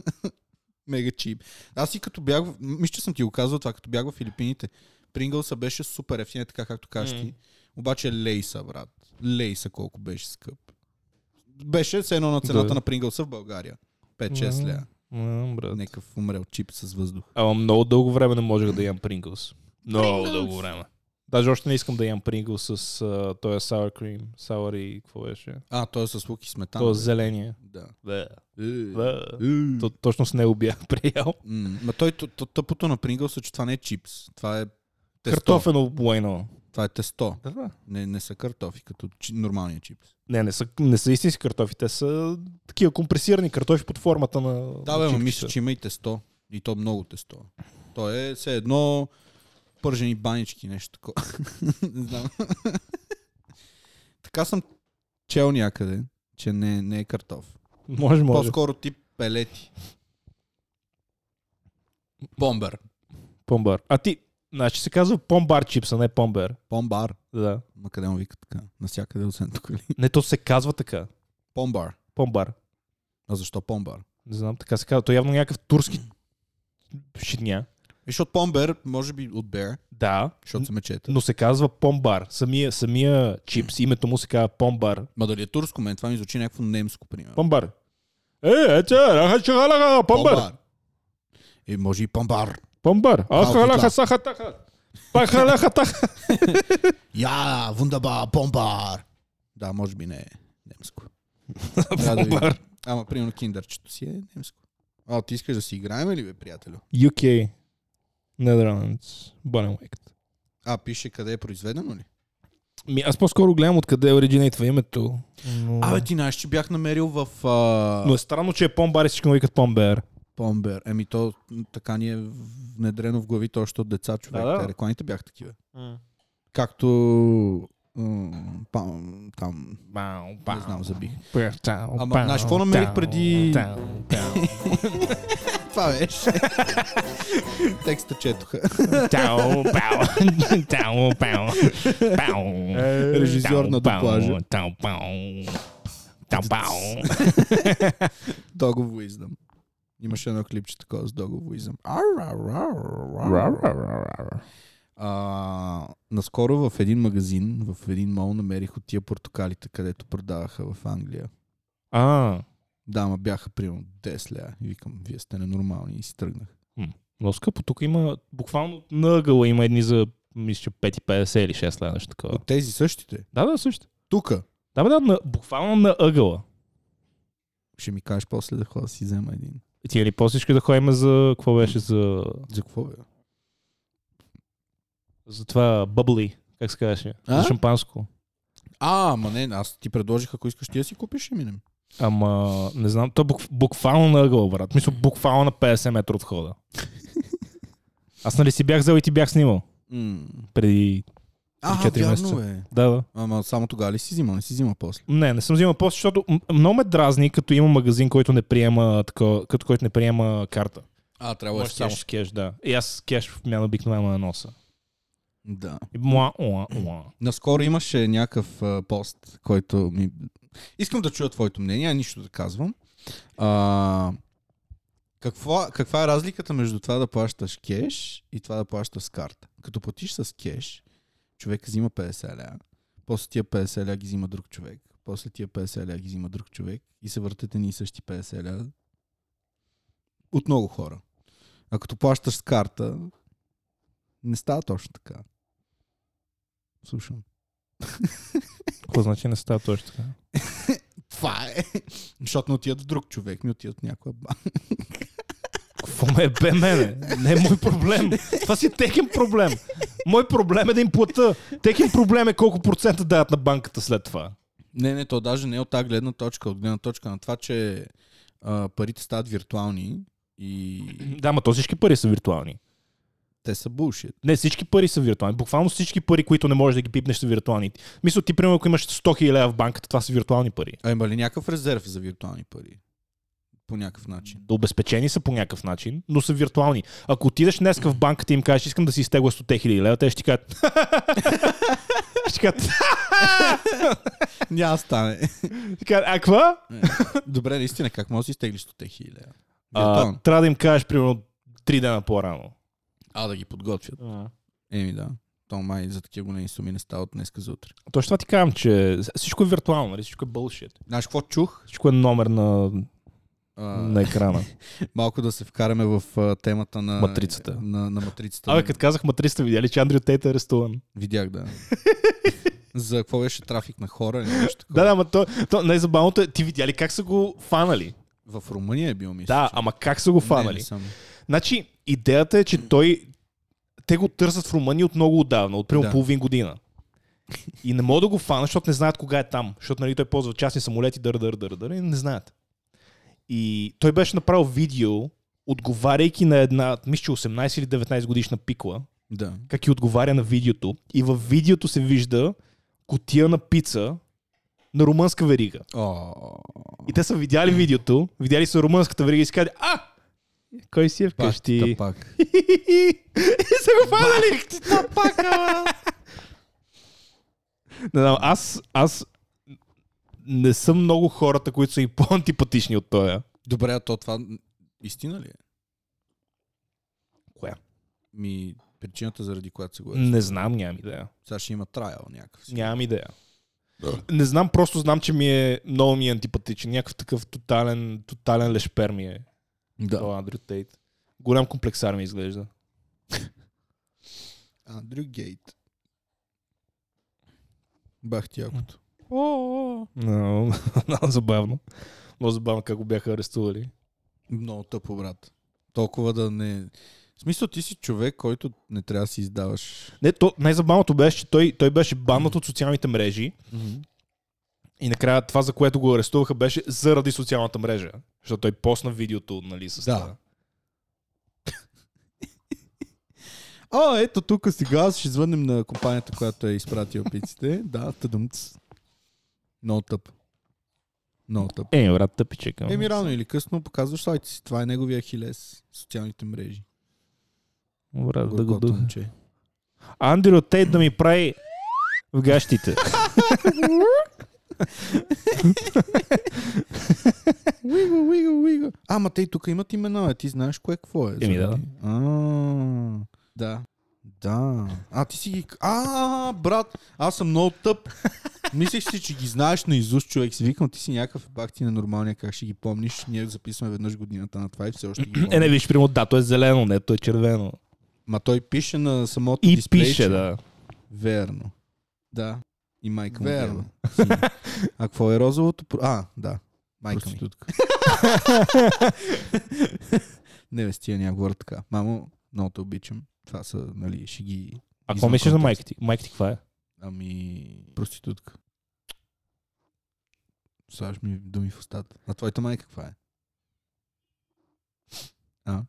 S1: Мега чип. Аз и като бях, в- мисля, че съм ти го казал това, като бях в Филипините. Прингълса беше супер ефтина, така както кажеш ти.
S2: Мм.
S1: Обаче лейса, брат. Лейса колко беше скъп. Беше с едно на цената
S2: Да.
S1: на Прингълса в България. 5-6
S2: Мгм.
S1: лея.
S2: М, брат.
S1: Некъв умрел чип с въздух.
S2: Ама много дълго време не можех да ям Принглс. Много дълго време. Даже още не искам да ям Принглс с uh, този sour cream, sour и какво беше?
S1: А, той е с лук и сметана.
S2: То зеления.
S1: Да.
S2: Да.
S1: Е.
S2: Да.
S1: Е.
S2: То, точно с него бях приял.
S1: М, Ма той, то, то, тъпото на Прингълс е, че това не е чипс. Това е тесто.
S2: Картофено буйно.
S1: Това е тесто.
S2: Да, да.
S1: Не, не са картофи, като чи, нормалния чипс.
S2: Не, не са, не са истински картофи. Те са такива компресирани картофи под формата на.
S1: Да, бе,
S2: на
S1: ма
S2: чипчета.
S1: мисля, че има и тесто. И то много тесто. То е все едно пържени банички, нещо такова. [laughs] не знам. така съм чел някъде, че не, не е картоф.
S2: [laughs] Може, може.
S1: По-скоро тип пелети. Бомбер.
S2: Помбар. А ти, значи се казва помбар чипс, а не помбер.
S1: Помбар.
S2: Да.
S1: Ма къде му вика така? Насякъде освен тук ли?
S2: Не, то се казва така.
S1: Помбар.
S2: Помбар.
S1: А защо помбар? Е,
S2: е Не знам, така се казва. То явно някакъв турски шитня.
S1: Защото Помбер, може би от Бер,
S2: Да,
S1: защото са мечета.
S2: но се казва Помбар. Самия, самия чипс, името му се казва Помбар.
S1: Ма дали е турско, мен това ми звучи някакво немско, примерно.
S2: Помбар. Е, ете, раха чагалага, Помбар.
S1: И може и Помбар.
S2: Помбар.
S1: Малко
S2: Ахалаха
S1: тла.
S2: сахатаха. Пахалаха таха.
S1: Я, вундаба, Помбар. Да, може би не е [laughs] немско. Трябва да видим.
S2: Помбар.
S1: Ама, примерно, киндърчето си е немско. А, ти искаш да си играем ли, бе, приятелю?
S2: UK. Netherlands. Банемайкът.
S1: А, пише къде е произведено ли?
S2: Ми, аз по-скоро гледам откъде е оригинейтва името. Но...
S1: Абе, ти знаеш, че бях намерил в а...
S2: но е странно, че е Помбар и всички му викат Помбер.
S1: Помбер. Еми, то м, така ни е внедрено в главите още от деца човек.
S2: Да, да.
S1: Те рекламите бяха такива.
S2: М.
S1: Както м, пам, там, не знам, забих. Ама, знаеш, какво намерих преди- Това беше. [laughs] Текста четоха.
S2: [laughs]
S1: Е, Режисьор на доплажа. Договоизъм. Имаше едно клипче такова с договоизъм. Ар, ар, ар, ар, ар. А, наскоро в един магазин, в един мол, намерих от тия портокалите, където продаваха в Англия.
S2: А,
S1: Да, ма бяха примерно 10 лея. И викам, вие сте ненормални и си тръгнах.
S2: много скъпо. Тук има буквално нъгъла. Има едни за, мисля, че 5,50 или 6 лева, нещо такова.
S1: От тези същите.
S2: Да, да, също.
S1: Тука.
S2: Да, бе, да, е на, буквално на ъгъла.
S1: Ще ми кажеш после да ходя да си взема един.
S2: Ти нали после ще да ходим за... Какво беше за...
S1: За какво бе?
S2: За това бъбли. Как се казваше?
S1: А?
S2: За шампанско.
S1: А, ма не, аз ти предложих, ако искаш ти да си купиш, ще минем.
S2: Ама, не знам, то е бук, буквално на ъгъл, брат. Мисля, буквално на 50 метра от хода. Аз нали си бях взел и ти бях снимал
S1: М.
S2: преди...
S1: А,
S2: четири
S1: вярно
S2: месеца.
S1: бе.
S2: Да, да.
S1: Ама само тогава ли си взимал? Не си взимал после.
S2: Не, не съм взимал пост, защото м- много ме дразни, като има магазин, който не приема, тако, като който не приема карта.
S1: А, трябва
S2: Може само с кеш, да. И аз с кеш в мяна обикновено на носа.
S1: Да.
S2: И муа, уа, уа.
S1: Наскоро имаше някакъв а, пост, който ми... Искам да чуя твоето мнение, а нищо да казвам. А, какво, каква е разликата между това да плащаш кеш и това да плащаш с карта? Като платиш с кеш, човек взима 50 ля, после тия 50 ля ги взима друг човек, после тия 50 ля ги взима друг човек и се въртат едни и същи 50 ля от много хора. А като плащаш с карта, не става точно така. Слушам.
S2: Какво значи не става точно така?
S1: Това е. [laughs] Защото не отиват в друг човек, не отиват в някоя банка.
S2: Какво ме е бе мене? Не е мой проблем. Това си техен проблем. Мой проблем е да им плата. Техен проблем е колко процента дават на банката след това.
S1: Не, не, то даже не е от тази гледна точка. От гледна точка на това, че а, парите стават виртуални и
S2: Да, ма то всички пари са виртуални.
S1: те са булшит.
S2: Не, всички пари са виртуални. Буквално всички пари, които не можеш да ги пипнеш, са виртуални. Мисля, ти, примерно, ако имаш 100 000 лева в банката, това са виртуални пари.
S1: А има ли някакъв резерв за виртуални пари? По някакъв начин.
S2: Обезпечени са по някакъв начин, но са виртуални. Ако отидеш днес в банката и им кажеш, искам да си изтегла 100 000 лева, те ще ти кажат. [laughs] ще ти кажат,
S1: [laughs]
S2: [laughs]
S1: Няма да стане.
S2: ще ти кажат, а какво?
S1: [laughs] Добре, наистина, как може да си изтеглиш 100 хиляди?
S2: А,
S1: Виртуално.
S2: трябва да им кажеш, примерно, 3 дена по-рано.
S1: А, да ги подготвят. Еми да. То май за такива големи суми не става от днеска за утре.
S2: Точно това ти казвам, че всичко е виртуално, нали? всичко е бълшит.
S1: Знаеш какво чух?
S2: Всичко е номер на,
S1: А,
S2: на екрана.
S1: малко да се вкараме в а, темата на
S2: Матрицата.
S1: На, на матрицата.
S2: Абе, като казах матрицата, видяли, че Андрю Тейт е арестуван.
S1: Видях,
S2: [laughs]
S1: да. За какво беше трафик на хора или нещо такова?
S2: Да, да, ама то, то най-забавното е, ти видя ли как са го фанали?
S1: В Румъния е бил, мисля.
S2: Да,
S1: че.
S2: ама как са го
S1: Не,
S2: фанали?
S1: не съм.
S2: Значи, идеята е, че той... Те го търсят в Румъния от много отдавна, от примерно
S1: Да.
S2: половин година. И не могат да го фанат, защото не знаят кога е там. Защото нали, той ползва частни самолети, дър, дър, дър, дър, и не знаят. И той беше направил видео, отговаряйки на една, мисля, че 18 или 19 годишна пикла,
S1: Да.
S2: как и отговаря на видеото. И във видеото се вижда котия на пица на румънска верига.
S1: О,
S2: И те са видяли видеото, видяли са румънската верига и си казали, а, кой си е
S1: пак,
S2: вкъщи?
S1: та пак.
S2: и са го фанали. Не знам, аз, аз не съм много хората, които са и по-антипатични от тоя.
S1: Добре, а то това истина ли е?
S2: Коя?
S1: Ми, причината заради която се говори.
S2: Не знам, нямам идея.
S1: Сега ще има траял някакъв. си.
S2: Нямам идея.
S1: Да.
S2: Не знам, просто знам, че ми е много ми е антипатичен. Някакъв такъв тотален, тотален лешпер ми е.
S1: Да.
S2: Това Андрю Тейт. Голям комплексар ми изглежда.
S1: Андрю Гейт. Бах ти якото.
S2: Много [laughs] много забавно. Много забавно как го бяха арестували.
S1: Много тъпо, брат. Толкова да не... В смисъл, ти си човек, който не трябва да си издаваш.
S2: Не, то, най-забавното беше, че той, той беше баннат от социалните мрежи и накрая това, за което го арестуваха, беше заради социалната мрежа. Защото той посна видеото, нали, с
S1: Да.
S2: това.
S1: А, ето тук сега ще звънем на компанията, която е изпратила пиците. Да, тъдумц. Много тъп. Много тъп.
S2: Е, брат, тъпи чекам.
S1: Еми рано или късно показваш сайта си. Това е неговия хилес. Социалните мрежи.
S2: Брат,
S1: Горкото момче.
S2: Андрю Тейт да ми прави в гащите.
S1: Уиго, уиго, уиго. А, ма те и тук имат имена, е. ти знаеш кое какво е.
S2: Еми,
S1: заради. А, да. Да. А, ти си ги... А, брат, аз съм много
S2: [laughs]
S1: тъп. Мислех си, че ги знаеш на изуст, човек. Си викам, ти си някакъв бах ти е ненормалния, как ще ги помниш. Ние записваме веднъж годината на това и все още ги
S2: е, не
S1: помним.
S2: виж, примерно, да, то е зелено, не, то е червено.
S1: Ма той пише на самото
S2: И
S1: дисплей,
S2: пише,
S1: че-
S2: да.
S1: Верно. Да. И майка му.
S4: Верно.
S1: гледа.
S4: [laughs]
S1: Синя. А какво е розовото? Про- А, да. Майка ми.
S4: Проститутка.
S1: [laughs] Не, бе, с тия няма говоря така. Мамо, много те обичам. Това са, нали, ще ги...
S2: А какво
S1: Извън
S2: мислиш за
S1: контекст.
S2: майка ти? Майка ти каква е?
S1: Ами... Проститутка. Слагаш ми думи в устата. А твоята майка каква е? А?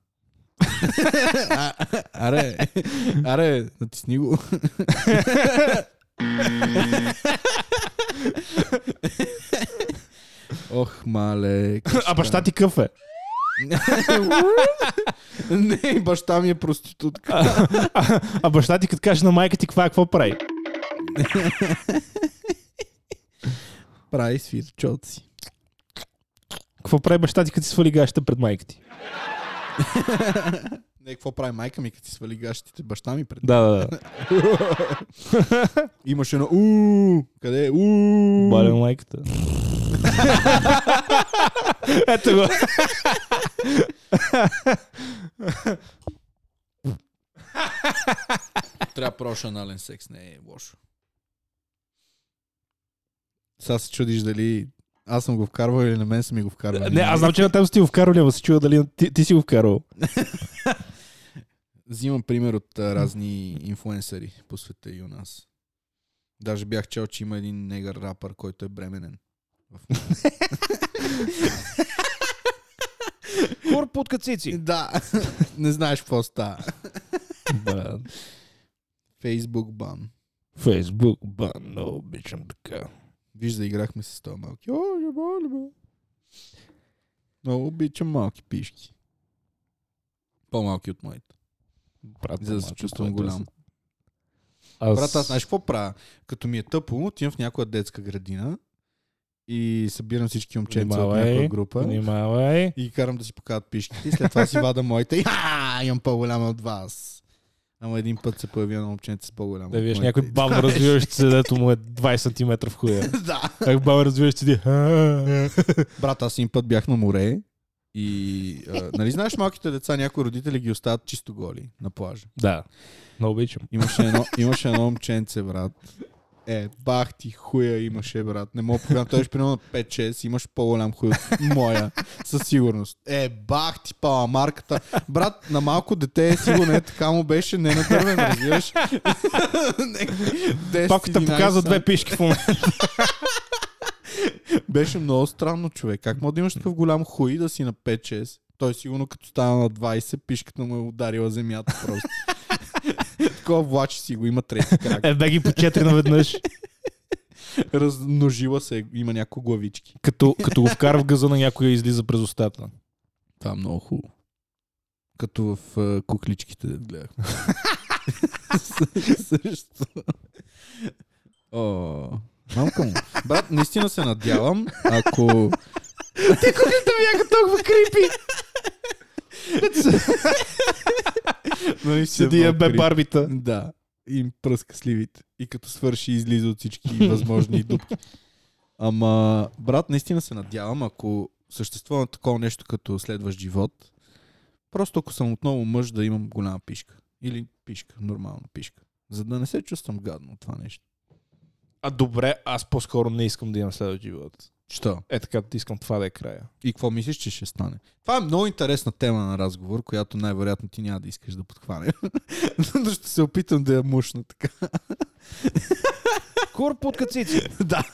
S1: [laughs] а аре, аре, натисни го. Ох, мале.
S2: А баща ти къв е?
S1: Не, баща ми е проститутка.
S2: А, а, а баща ти като каже на майка ти каква е, какво прави?
S1: Прави свирчоци.
S2: Какво прави баща ти като си свали гащата пред майка ти?
S1: Не, какво прави майка ми, като си свали гащите? Баща ми пред.
S2: Да, да, да.
S1: [laughs] Имаше едно у къде е у
S2: Бален майката. [laughs] Ето го.
S1: Трябва прош анален секс, не е лошо. Сега се чудиш дали аз съм го вкарвал или на мен са ми го вкарвали.
S2: Не, аз знам, че на теб си ти го вкарал, ама се чува дали ти, ти си го вкарал.
S1: Взимам пример от а, разни инфуенсъри по света и у нас. Даже бях чел, че има един негър рапър, който е бременен. В момента.
S3: Хор под кацици.
S1: да, [laughs] не знаеш какво става.
S2: Брат.
S1: Фейсбук бан.
S2: Фейсбук, ба, много обичам така.
S1: Виж, заиграхме с това малки. О, любо, любо. Много обичам малки пишки. По-малки от моите.
S2: Брат, е
S1: За да се
S2: малко
S1: чувствам
S2: по-добре.
S1: голям. Брат, аз знаеш какво правя? Като ми е тъпо, отивам в някоя детска градина и събирам всички момченца от
S2: Внимавай,
S1: някоя група
S2: Внимавай.
S1: и ги карам да си покажат пишките и след това си вада моите [laughs] и «Ха, имам по-голяма от вас. Ама един път се появи на момченце с по-голяма
S2: Да
S1: от
S2: виж
S1: моите.
S2: някой
S1: И
S2: бавно
S1: така беше.
S2: развиващ се, дето му е 20 см в хуя.
S1: [laughs] Да.
S2: Как бавно развиващ се ти.
S1: [laughs] Брат, аз един път бях на море и... А, нали знаеш малките деца, някои родители ги оставят чисто голи на плажа.
S2: Да. Много обичам.
S1: Имаше едно, имаше едно момченце, брат. Е, бах ти хуя имаше, брат. Не мога да погледна. Той беше примерно на 5-6, имаш по-голям хуй от моя. Със сигурност. Е, бах ти паламарката. Брат, на малко дете сигурно е така му беше не надървен, разбираш. [laughs] Не, 10,
S2: Пак те показва
S1: 11.
S2: две пишки в момента.
S1: Беше много странно, човек. Как мога да имаш такъв голям хуй да си на 5-6? Той сигурно като стана на 20, пишката му е ударила земята [laughs] просто. Такова влачи си го, има трети крак.
S2: Е, бе ги по четири наведнъж.
S1: Размножила се, има няколко главички.
S2: Като, като го вкара в газа на някоя излиза през устата.
S1: Това е много хубаво. Като в е, кукличките да гледах. [laughs] Също. О, мамка му. Брат, наистина се надявам, ако...
S2: Те куклите бяха толкова крипи.
S1: Но нали? си
S2: [laughs] Седи
S1: едно
S2: я бе
S1: крив.
S2: барбита.
S1: Да. И им пръска сливите. И като свърши, излиза от всички възможни дупки. Ама, брат, наистина се надявам, ако съществува такова нещо като следващ живот, просто ако съм отново мъж, да имам голяма пишка. Или пишка, нормална пишка. За да не се чувствам гадно от това нещо.
S2: А добре, аз по-скоро не искам да имам следващ живот.
S1: Що?
S2: Е така, искам това да е края.
S1: И какво мислиш, че ще стане? Това е много интересна тема на разговор, която най-вероятно ти няма да искаш да [laughs] подхване. Но ще се опитам да я мушна така.
S2: Кор под кацици.
S1: да.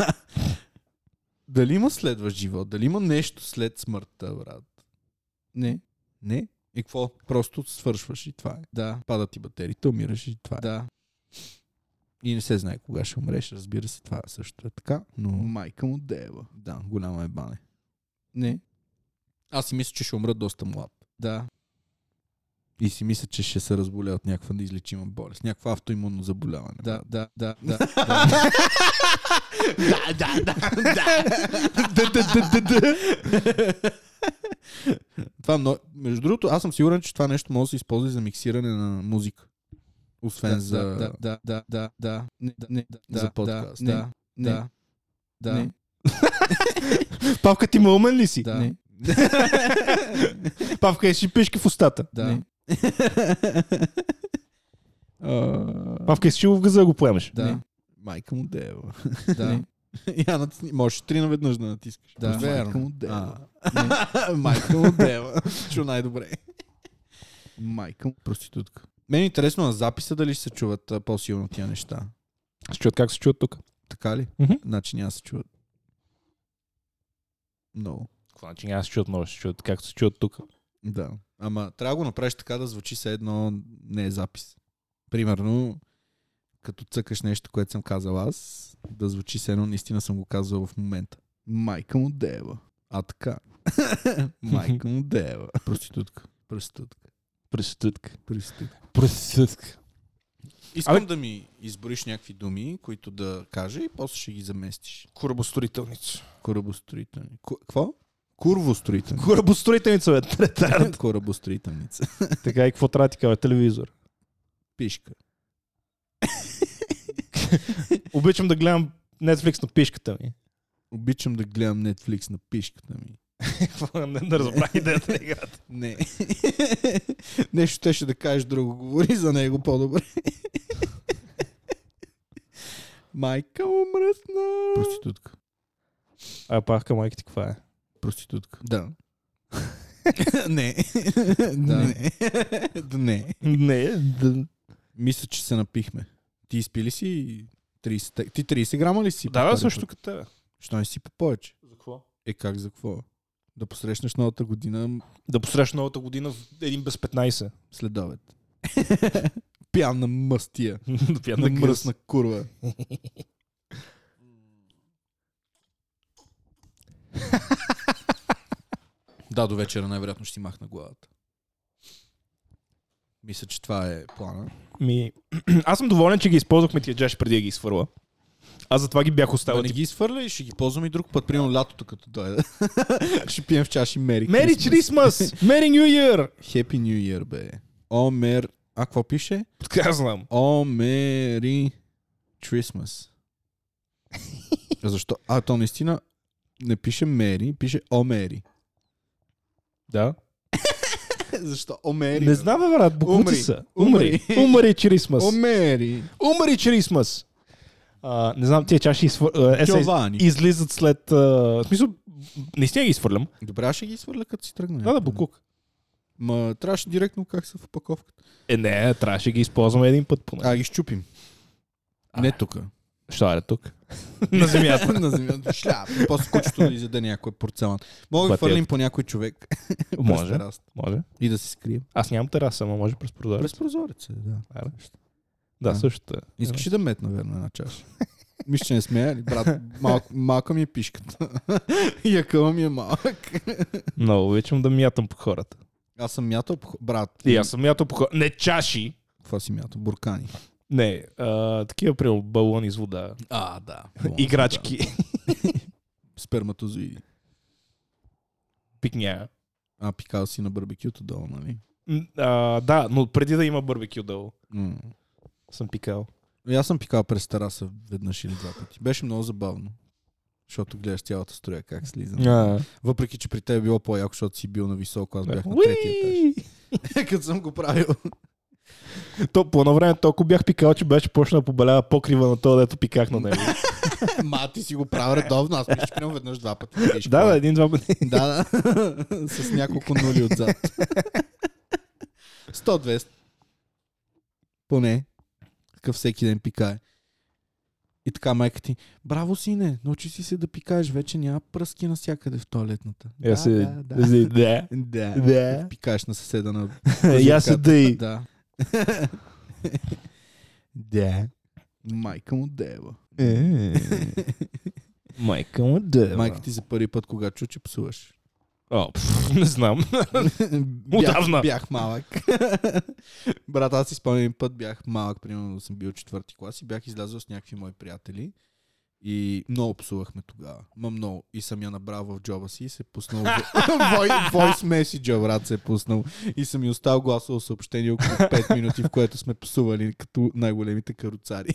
S1: Дали има следващ живот? Дали има нещо след смъртта, брат? Не. Не. И какво? Просто свършваш и това е. Да. Падат ти батериите, умираш и това е. Да. И не се знае кога ще умреш, разбира се, това също е така. Но майка му дева. Да, голяма е бане. Не. Аз си мисля, че ще умра доста млад. Да. И си мисля, че ще се разболя от някаква неизлечима болест. Някакво автоимунно заболяване. Да, да, да, [laughs] да. Да, да, да, да. да, да, да, да. Това, но, между другото, аз съм сигурен, че това нещо може да се използва и за миксиране на музика. Освен
S4: Да,
S1: за...
S4: да, да, да, да, да, не, да, не, да,
S1: за
S4: да,
S1: подкаст.
S4: да,
S1: да,
S4: не,
S1: да,
S4: да,
S1: не,
S2: Павка, ти мълмен ли си?
S1: да,
S4: не,
S2: [laughs] Павка, е си пишки в устата.
S4: [laughs]
S1: да. [laughs]
S4: не.
S2: Павка, е си шилов газа да го поемаш.
S1: [laughs] Да.
S4: Не.
S1: Майка му дева.
S4: да,
S1: Я натисни. Можеш три наведнъж да натискаш.
S4: Да.
S1: Майка
S4: Верно.
S1: му дева. [laughs] Майка му дева. Чу най-добре. Майка му проститутка. Мен е интересно на записа дали ще се чуват а, по-силно тия неща.
S2: Ще чуят как се чуят тук.
S1: Така ли?
S2: Мгм.
S1: Значи няма да се чуват. Много.
S2: Какво значи няма да се чуят много, ще се чуят както се чуят тук.
S1: Да. Ама трябва да го направиш така да звучи все едно не е запис. Примерно, като цъкаш нещо, което съм казал аз, да звучи все едно наистина съм го казал в момента. Майка му дева. А така. [laughs] Майка му дева. Проститутка. Проститутка.
S2: Престътка.
S1: Проститутка.
S2: Престътка.
S1: Искам
S2: Абе-
S1: да ми избориш някакви думи, които да кажа и после ще ги заместиш.
S2: Корабостроителница.
S1: Корабостроителни. Ку- Какво? Курвостроителни.
S2: Корабостроителница, бе, [laughs] трета.
S1: Корабостроителница.
S2: така и какво трябва ти кажа? Телевизор.
S1: Пишка.
S2: Обичам да гледам Netflix на пишката ми.
S1: Обичам да гледам Netflix на пишката ми.
S2: [laughs] не, не разбрах идеята на играта.
S1: Не. [laughs] Нещо те ще да кажеш друго. Говори за него по-добре. [laughs] Майка му мръсна. Проститутка.
S2: А пахка майка ти каква е?
S1: Проститутка. Да. [laughs] не. да. Не. [laughs] да не.
S2: Не, да...
S1: Мисля, че се напихме. Ти изпили си 30... Ти 30 грама ли си?
S2: Да,
S1: повтори
S2: да, също
S1: път?
S2: като тебе.
S1: Що не си по повече?
S2: За какво?
S1: Е как за какво? Да посрещнеш новата година
S2: Да посрещна новата година в един без 15.
S1: след [laughs] обед. Пиян на мъстия.
S2: [laughs] да пия
S1: на
S2: на кръст.
S1: мръсна курва. да, до вечера най-вероятно ще ти махна главата. Мисля, че това е плана.
S2: Ми... [clears throat] Аз съм доволен, че ги използвахме тия джаш преди да ги изфърла. Аз затова ги бях
S1: Да,
S2: оставил.
S1: не ги изфърля и ще ги ползвам и друг път. Примерно лятото, като дойде. [laughs] ще пием в чаши Мери.
S2: Merry Christmas! Merry New Year!
S1: Happy New Year, бе. Омер... А, какво пише?
S2: Така знам.
S1: Омери... Christmas. Защо? А, то наистина не пише Мери, пише Омери.
S2: Да.
S1: [laughs] Защо? Омери.
S2: Не знам, бе, брат,
S1: Умри.
S2: буквици са.
S1: Умри.
S2: Умри. [laughs] Умри Christmas.
S1: Омери.
S2: Умри Christmas. А, не знам, тия чаши изфър... а, е, се-
S1: Джовани.
S2: излизат след... а, В смисъл, наистина ги изфърлям.
S1: Добре, аз ще ги свърля като си тръгна.
S2: Да, да, Букук.
S1: Ма, трябваше директно как са в опаковката.
S2: Е, не, трябваше да ги използваме един път поне.
S1: А, ги щупим. Не тук.
S2: Що е тук? [laughs] На
S1: [laughs]
S2: земята.
S1: на земята. Шляп. И После кучето да изяде някой порцелан. Мога да
S2: Батията.
S1: хвърлим по някой човек. [laughs] През
S2: Може,
S1: тераста.
S2: може.
S1: И да се скрием.
S2: Аз нямам тераса, ама може през прозорец.
S1: През прозореца, да.
S2: Аре. Да,
S1: Да.
S2: също. е.
S1: Искаш ли да метна, верно, една [laughs] чаша? Мисля, че не смея. ли? Брат, малко, малка ми е пишката. [laughs] Якъла ми е малък.
S2: Много обичам да мятам по хората.
S1: Аз съм мятал, по хо- брат.
S2: И аз съм мятал по хората. Не чаши!
S1: Какво си мятал? Буркани.
S2: Не, а, такива, примерно, балони с вода.
S1: А, да.
S2: Играчки. [laughs]
S1: Сперматозоиди.
S2: Пикня.
S1: А, пикал си на барбекюто долу, нали?
S2: М, А, да, но преди да има барбекю долу,
S1: М.
S2: съм пикал.
S1: И Аз съм пикал през тераса веднъж или два пъти. Беше много забавно. Защото гледаш цялата строя как слиза. Въпреки, че при теб е било по-яко, защото си бил на високо, аз бях на третия етаж. [laughs]
S2: Уи!
S1: Като съм го правил.
S2: То по едно време толкова бях пикал, че беше почна да побелява покрива на това, дето пиках на [laughs] него.
S1: Ма, ти си го [laughs] правил редовно. Аз мисля, че минал веднъж два пъти. Беше
S2: да,
S1: хубаво.
S2: да, един-два [laughs] пъти.
S1: Да, да. [laughs] С няколко нули отзад. 100-200. Поне. Такъв всеки ден пикае. И така майка ти, браво сине, научи си се да пикаеш, вече няма пръски навсякъде в туалетната.
S2: Я Е, се...
S1: да, да.
S2: [laughs] се- Да.
S1: Да.
S2: Да.
S1: Пикаеш на съседа на...
S2: Я се дъй.
S1: Да. [laughs] да. Майка му дева.
S2: Е. [laughs] Майка му да.
S1: Майка ти за първи път, кога чу, че псуваш.
S2: О, пф, не [laughs] знам. Отдавна.
S1: Бях, бях малък. [laughs] Брат, аз си спомням един път, бях малък, примерно съм бил четвърти клас и бях излязъл с някакви мои приятели. И много псувахме тогава. Ма много. И съм я набрал в джоба си и се е пуснал. [laughs] Voice voice messenger, брат, се е пуснал. И съм и оставил гласово съобщение около 5 минути, в което сме псували като най-големите каруцари.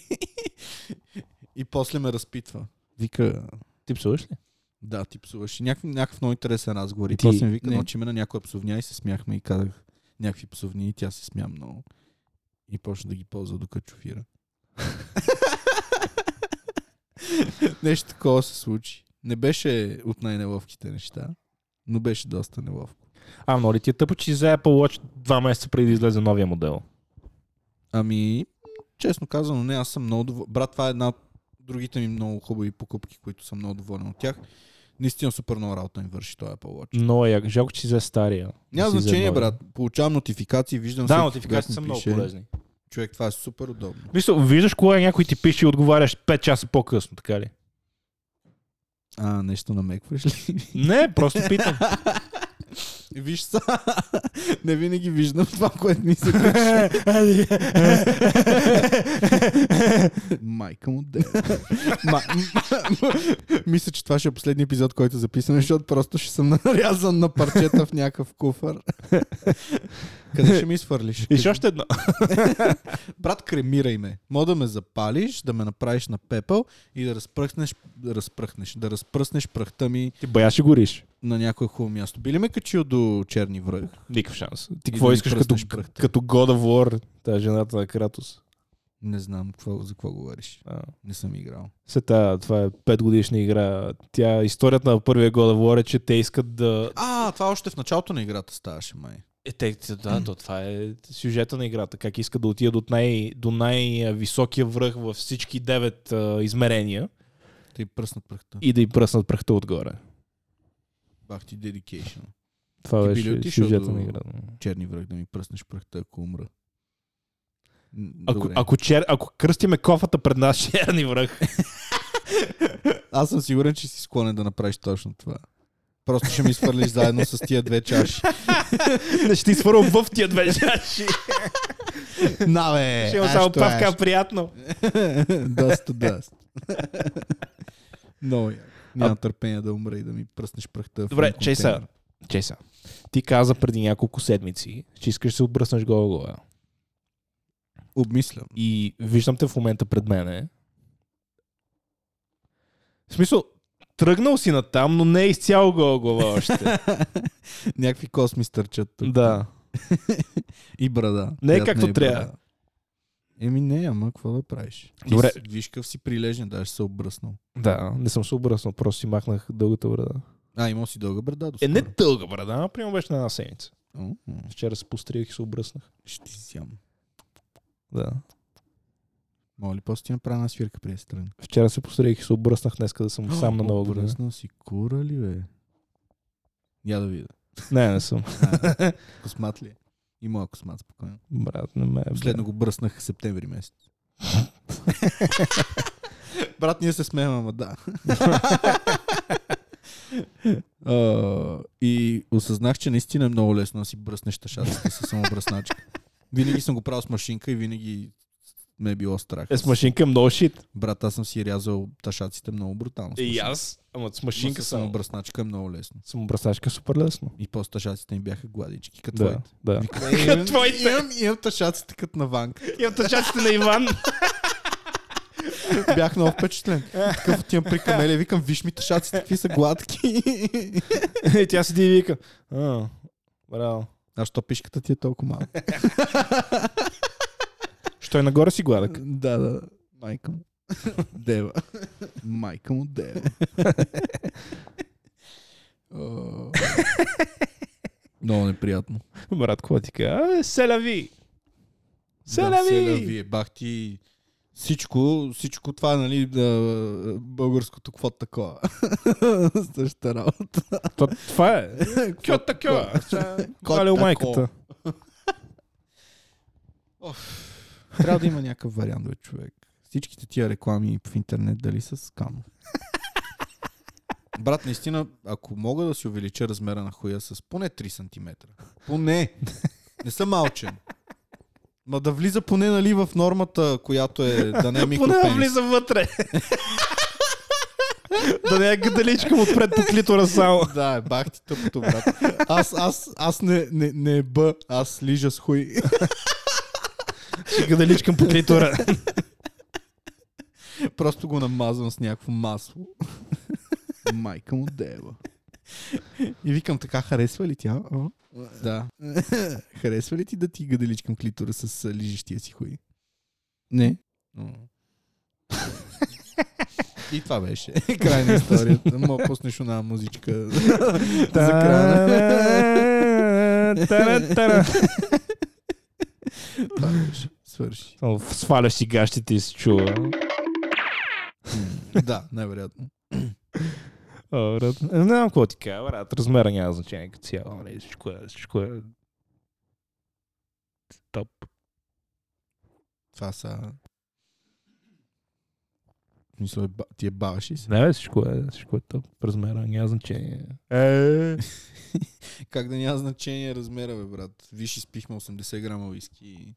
S1: [laughs] и после ме разпитва. Вика,
S2: Ти псуваш ли?
S1: да, ти псуваш. И някакъв, някакъв много интересен разговор. И
S2: Ти-
S1: после ми вика,
S2: не.
S1: научихме на някоя псовня и се смяхме и казах някакви псовни и тя се смя много. И почна да ги ползва докато шофира. [laughs] Нещо такова се случи. Не беше от най-неловките неща, но беше доста неловко.
S2: А, но ли ти е тъпо, че си за Apple Watch два месеца преди да излезе новия модел?
S1: Ами, честно казано, не, аз съм много доволен. Брат, това е една от другите ми много хубави покупки, които съм много доволен от тях. Наистина супер много работа ми върши този Apple Watch.
S2: Но е, як- жалко, че си за стария.
S1: Няма
S2: Си за
S1: значение,
S2: новия.
S1: брат. Получавам нотификации, виждам
S2: Да,
S1: всеки,
S2: нотификациите
S1: когато
S2: са
S1: ми
S2: много
S1: пише.
S2: полезни.
S1: Човек, това е супер удобно.
S2: Мисля, виждаш кога е някой ти пише и отговаряш 5 часа по-късно, така [laughs] ли?
S1: А, нещо намекваш ли?
S2: Не, просто питам.
S1: [laughs]
S2: [laughs]
S1: Виж са. [laughs] Не винаги виждам това, което ми [laughs] се пише. Майка му де. Ма, м- [laughs] мисля, че това ще е последния епизод, който записваме, защото просто ще съм [laughs] нарязан на парчета в някакъв куфър. [laughs] Къде ще ми изфърлиш?
S2: И ще още едно.
S1: Брат, кремирай ме. Мога да ме запалиш, да ме направиш на пепел и да разпръснеш, да разпръхнеш, да разпръснеш пръхта ми
S2: Ти бая ще гориш.
S1: на някое хубаво място. Би ли ме качил до черни връх?
S2: Никакъв шанс. Ти
S1: И
S2: какво
S1: да ми
S2: искаш като,
S1: пръснеш пръхта.
S2: като God of War, та жената на Кратос?
S1: Не знам какво, за какво говориш.
S2: А.
S1: Не съм играл.
S2: Се тая, това е 5 годишна игра. Тя, историята на първия God of War е, че те искат да...
S1: А, това още в началото на играта ставаше, май.
S2: Е, те, те- да, то, това е сюжета на играта. Как искат да отидат от най, до най-високия връх във всички 9 а, измерения
S1: Те й пръснат пръхта.
S2: и да й пръснат пръхта отгоре.
S1: Бах ти dedication.
S2: Това
S1: Ти би ли
S2: беше
S1: отишъл
S2: сюжета
S1: до-
S2: на играта.
S1: Черни връх да ми пръснеш пръхта, ако умра. М,
S2: Ако,
S1: добре.
S2: ако, чер... ако кръстиме кофата пред нас черни връх, [laughs]
S1: Аз съм сигурен, че си склонен да направиш точно това. Просто ще ми свърлиш заедно с тия две
S2: [laughs]
S1: чаши.
S2: не ще ти свървам в тия две чаши.
S1: На бе!
S2: Ще има
S1: аж
S2: само
S1: това е,
S2: павка, приятно.
S1: Dust to
S2: [laughs]
S1: dust. Много яко. Нямам търпение да умра и да ми пръснеш пръхта. в
S2: Добре,
S1: един
S2: Чейса,
S1: контейнер.
S2: Чейса, ти каза преди няколко седмици, че искаш да се отбръснеш гола
S1: Обмислям.
S2: И виждам те в момента пред мене. В смисъл, тръгнал си натам, но не е изцяло гола глава още.
S1: Някакви косми стърчат тук.
S2: [laughs] да.
S1: И брада.
S2: Не е
S1: Която
S2: както
S1: е
S2: трябва.
S1: брада. Еми не, ама какво да правиш? Ти
S2: Добре.
S1: Си, виж какъв си прилежен, даже се е обръснал.
S2: Да, не съм се обръснал, просто си махнах дългата брада.
S1: А, имал си дълга брада.
S2: Е,
S1: доскоро.
S2: не дълга брада, а примерно беше на една седмица.
S1: О, о,
S2: Вчера се пострих и се обръснах.
S1: Ще ти сям.
S2: Да.
S1: Моля ли, после ти направя една свирка преди да се тръгна?
S2: Вчера се пострих и се обръснах днеска да съм Ами сам на нова година.
S1: Обръснал си кура ли, бе? Я да
S2: [laughs]
S1: видя.
S2: Не, не съм.
S1: А, космат ли е? Има космат, спокойно.
S2: Брат, не ме.
S1: Последно го бръснах септември месец. [laughs] Брат, ние се смеем, ама да. [laughs] А, и осъзнах, че наистина е много лесно да си бръснеш тъшаците с самобръсначка. Винаги съм го правил с машинка и винаги ме е било страх.
S2: Е, с машинка е много шит.
S1: Брат, аз съм си рязал ташаците много брутално. с
S2: Е, И
S1: машинка.
S2: аз, ама с
S1: Ма
S2: машинка
S1: с
S2: съм.
S1: самобръсначка е много лесно.
S2: Самобръсачка е супер лесно. е.
S1: И после ташаците ми бяха гладички, като
S2: Да,
S1: твоите.
S2: да.
S1: Имам-
S2: твоите.
S1: Имам, имам ташаците като на ванка.
S2: И отъчаците на [laughs] Иван.
S1: Бях много впечатлен. Такъв отивам при Камелия и викам, виж ми ташаците, какви са гладки.
S2: И Е, тя седи и вика. А, браво.
S1: А що пишката ти е толкова малка?
S2: Що е нагоре си гладък?
S1: да, да. Майка му. Дева. Майка му Дева. О. Много неприятно.
S2: [laughs] Брат, какво ти кажа? Селяви!
S1: Да,
S2: Селяви!
S1: Селяви, бах ти. Всичко, всичко това, нали, да, българското, какво такова. [laughs] Същата работа.
S2: То- Това [laughs] е. Кьо такова. Калял
S1: тако?
S2: майката.
S1: Трябва да има някакъв вариант, бе, човек. Всичките тия реклами в интернет, дали са скам? Брат, наистина, ако мога да си увелича размера на хуя с поне 3 см. Поне! Не съм малчен. Ма да влиза поне нали в нормата, която е да [laughs] не е
S2: Поне да
S1: микропенис.
S2: влиза вътре. [laughs] да не е гадаличкам отпред по клитора само.
S1: Да, е, бах ти тъпото, брат. Аз, аз, аз не, не, не бъ, аз лижа с хуй. [laughs]
S2: Ще гадаличкам по [laughs] клитора.
S1: Просто го намазвам с някакво масло. Майка му дева. И викам така, харесва ли тя? А? Да. [laughs] харесва ли ти да ти гаделичкам клитора с а, лижещия си хуй? Не. [laughs] И това [laughs] беше край на историята. Мога пуснеш една музичка за края. [laughs] Това беше. Свърши.
S2: Сваляш си гащите и се чува.
S1: Да, невероятно.
S2: О, брат. Не знам какво ти кажа, брат. Размера няма значение като цяло. нали, Всичко е... Всичко е... Топ.
S1: Това са... В смисъл, е ба- ти е баваш ли се?
S2: Не, бе, всичко е, всичко е топ. Размера няма значение. Е,
S1: Как да няма значение размера, бе, брат? Виж, изпихме 80 грама виски и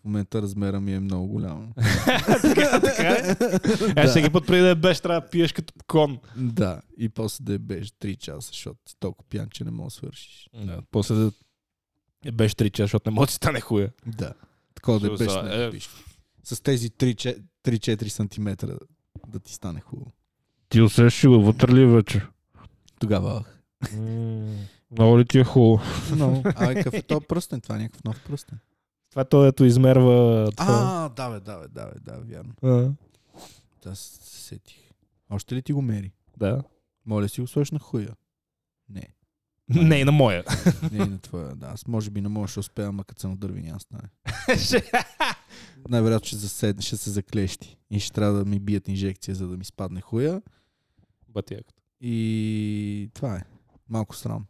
S1: в момента размера ми е много голям.
S2: [laughs]
S1: [laughs]
S2: така, така е. Е, всеки път преди да е беш, трябва да пиеш като кон.
S1: да, и после да е беше 3 часа, защото си толкова пиян, че не мога да свършиш.
S2: Да, после да е беш 3 часа, защото не може да стане хуя.
S1: Да. Такова да е
S2: Ще
S1: беше.
S2: остава, е.
S1: Е... С тези 3-4 3-4 сантиметра да ти стане хубаво.
S2: Ти усещаш го вътре ли вече?
S1: Тогава.
S2: Много ли ти е хубаво?
S1: Но, а какъв е този пръстен? Това е някакъв нов пръстен.
S2: Това е то, ето измерва... това.
S1: А, да, бе, да, бе, да, бе, да, вярно.
S2: А,
S1: Да, се сетих. Още ли ти го мери?
S2: Да.
S1: Моля си го сложиш на хуя. Не.
S2: Не, и на [laughs] моя.
S1: Не и на твоя, да. Аз може би не мога ще успея, ама като се надърви няма да стане. Най-вероятно ще, заседне, ще се заклещи и ще трябва да ми бият инжекция, за да ми спадне хуя.
S2: Батияката.
S1: И това е. Малко срам.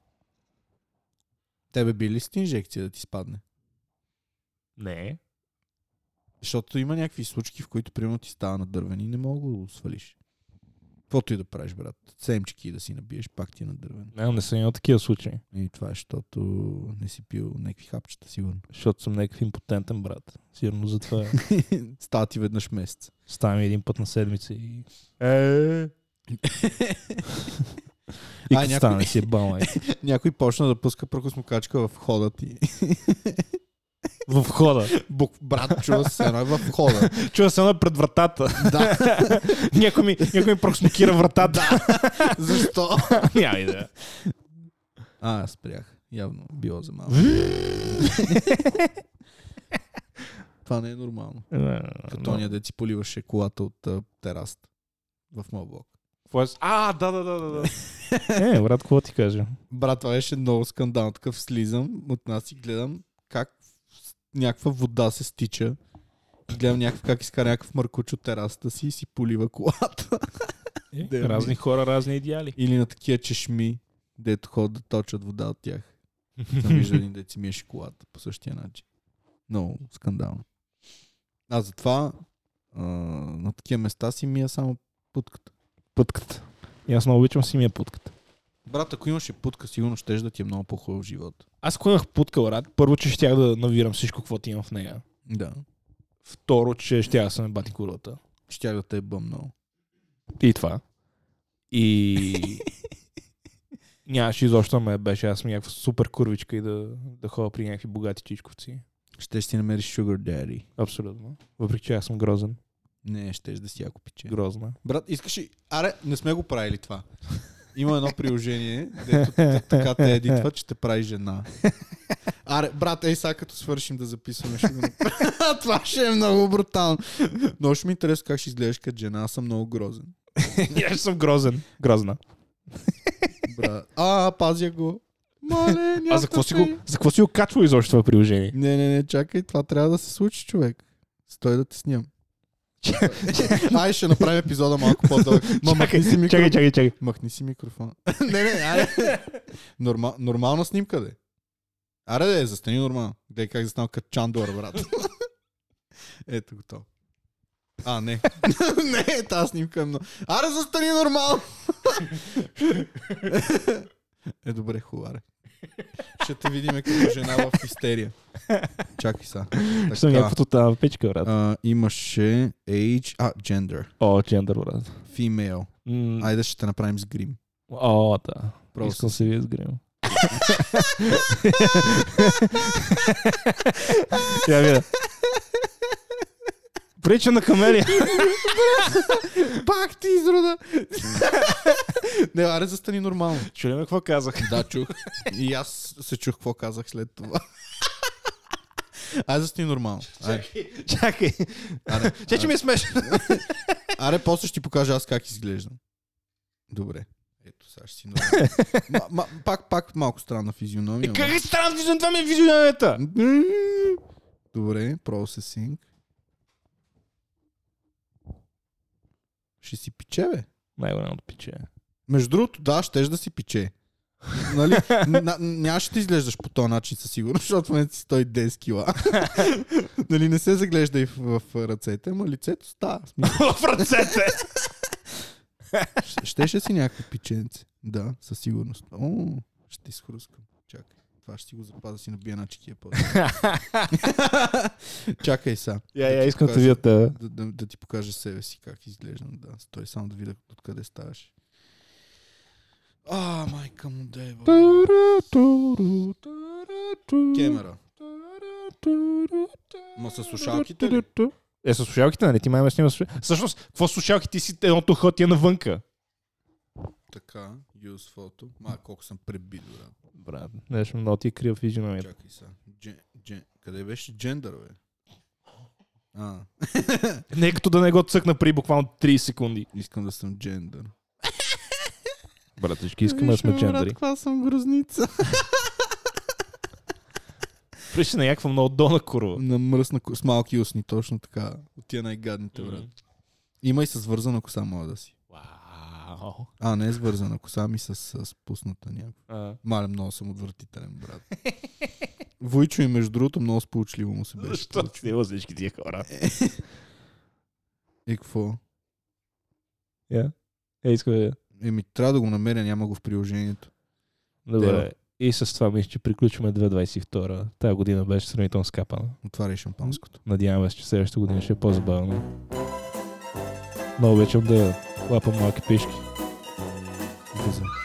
S1: Тебе би ли си инжекция да ти спадне?
S2: Не.
S1: Защото има някакви случки, в които примерно ти става надървен и не мога да го свалиш. Каквото и да правиш, брат. Семчки да си набиеш, пак ти е надървен.
S2: Не, не съм имал такива случаи.
S1: И това е, защото не си пил някакви хапчета, сигурно. [laughs]
S2: Защото съм някакъв импотентен брат. Сигурно [laughs] затова
S1: Става ти веднъж месец.
S2: ставам един път на седмица и... Е... И
S1: А,
S2: като
S1: някой-
S2: стане си е бал,
S1: Някой почна да пуска прокосмокачка в хода ти. [laughs]
S2: В входа.
S1: Бук, брат, чува се, едно е в хода.
S2: Чува се едно пред вратата.
S1: да,
S2: [laughs] Някой ми, някой ми проксмокира вратата.
S1: защо?
S2: [laughs] Няма идея.
S1: А, спрях. Явно било за малко. Това не е нормално. Като ония дет си поливаше колата от а, терасата. В моя блок.
S2: Какво е с- А, да, да, да, да, да. Е, брат, какво ти кажа?
S1: Брат, това беше много скандал. Такъв слизам, от нас и гледам как с- някаква вода се стича. Гледам някакъв как изкара някакъв мъркуч от терасата си и си полива колата.
S2: Е,
S1: Да,
S2: разни хора, разни идеали.
S1: Или на такива чешми, дето ходят да точат вода от тях. [laughs] Съм виждал един дет си миеше колата по същия начин. Много скандално. Аз затова а, на такива места си мия само путката.
S2: Пътката. И аз много обичам си ми е путката.
S1: Брат, ако имаше путка, сигурно ще да ти е много по-хубав живот.
S2: Аз ако имах путка, брат, първо, че щях да навирам всичко, което имам в нея.
S1: Да.
S2: Второ, че ще я съм бати курвата.
S1: Щях да те е много.
S2: И това. И... Нямаше изобщо да ме беше. Аз съм някаква супер курвичка и да, да ходя при някакви богати чичковци.
S1: Ще си намериш Sugar Daddy.
S2: Абсолютно. Въпреки, че аз съм грозен.
S1: Не, щеш да си яко пиче.
S2: [laughs] Грозна.
S1: Брат, искаш ли... Аре, не сме го правили това. Има едно приложение, дето т- така те едитва, че те прави жена. Аре, брат, ей сега като свършим да записваме, ще го направя. [laughs] Това ще е много брутално. Но ще ми интересува как ще изглеждаш като жена, аз съм много грозен.
S2: И аз съм грозен. Грозна.
S1: Брат. А, пазя го. Мале,
S2: А за какво си го, за какво си го качва изобщо това [laughs] приложение?
S1: Не, не, не, чакай, това трябва да се случи, човек. Стой да те
S2: [laughs]
S1: снимам. Ай, ще направим епизода малко по-дълъг. Ма, махни си микро...
S2: Чакай, чакай, чакай.
S1: Махни си микрофона. [laughs] не, не, аре. Норма... Нормална снимка, де. Аре, де, застани нормално. Де, как застанал като чандор, брат. [laughs] Ето готово. А, не. [laughs] не, тази снимка е много. Аре, застани нормално. [laughs] е, добре, хубаво, аре. Ще те видиме като жена в истерия. Чакай са.
S2: Ще съм
S1: Така,
S2: някаква тотална печка, брат.
S1: а, имаше age, а, gender,
S2: О, джендър, брат.
S1: female.
S2: М,
S1: Айде ще те направим с грим.
S2: О, да.
S1: Просто.
S2: Искам се е вие с грим. Я [laughs] видя. е. Преча на камелия.
S1: [laughs] Пак ти изрода! Не, аре, застани нормално.
S2: Чули ме какво казах?
S1: Да, чух. И аз се чух какво казах след това. Айде, застани нормално. Аре,
S2: Чакай.
S1: аре,
S2: Че, че
S1: аре,
S2: ми е смешно.
S1: аре, после ще ти покажа аз как изглеждам. Добре. Ето, сега ще си нормално. Ма- ма- пак, пак малко странна физиономия. ама-
S2: Как е странно, виждам това ми е визионията?
S1: [laughs] Добре, processing. Ще си пиче, бе.
S2: Най-голямото пиче.
S1: Между другото, да, щеш да си пиче. Нали? На- Нямаше да ти изглеждаш по този начин със сигурност, защото в момента си 110
S2: [laughs]
S1: кила. нали, не се заглежда и в, в ръцете, ама лицето става. В смисъл,
S2: В ръцете.
S1: ще- Щеше си някакво пиченце. Да, със сигурност. О, ще ти схрускам. Чакай. Това ще си го запазя си набия на чекия
S2: [laughs]
S1: по Чакай са.
S2: Я,
S1: Да
S2: я,
S1: ти
S2: искам да
S1: покажа.
S2: видя те.
S1: Да, да, да ти покажа себе си как изглеждам. Да, стой само да видя откъде ставаш. А, майка му да е. бе. Кемера. Ма с слушалките ли?
S2: Е, с слушалките, нали? Ти май ме снима с слушалките. Всъщност, какво с слушалките Ти си едното ход ти е навънка?
S1: Така, use photo. Ма, колко съм пребит, брат.
S2: Брат, нещо много ти е крия физиономията.
S1: Чакай сега. Джен, джен. Къде беше джендър, бе? А,
S2: Не е като да не го цъкна при буквално 30 секунди.
S1: искам да съм джендър.
S2: Братички, искаме да сме джендери.
S1: каква съм грозница.
S2: Причи на някаква много долна курва.
S1: На мръсна, ко- с малки усни, точно така. От тия най-гадните, брат. Има и с вързана коса, мога да си.
S2: Вау.
S1: А, не е с вързана коса, ми с, с спусната някаква.
S2: А.
S1: Мале, много съм отвратителен, брат. Войчо и между другото много сполучливо му се беше.
S2: Защо снима всички тия хора?
S1: И какво?
S2: Я. Е, искам да...
S1: Еми, трябва да го намеря, няма го в приложението.
S2: Добре. И с това мисля, че приключваме 2022. Тая година беше сравнително скапана.
S1: Отваряй шампанското.
S2: Надяваме се, че следващата година ще е по-забавно. Много обичам да лапам малки пешки.
S1: Влизам.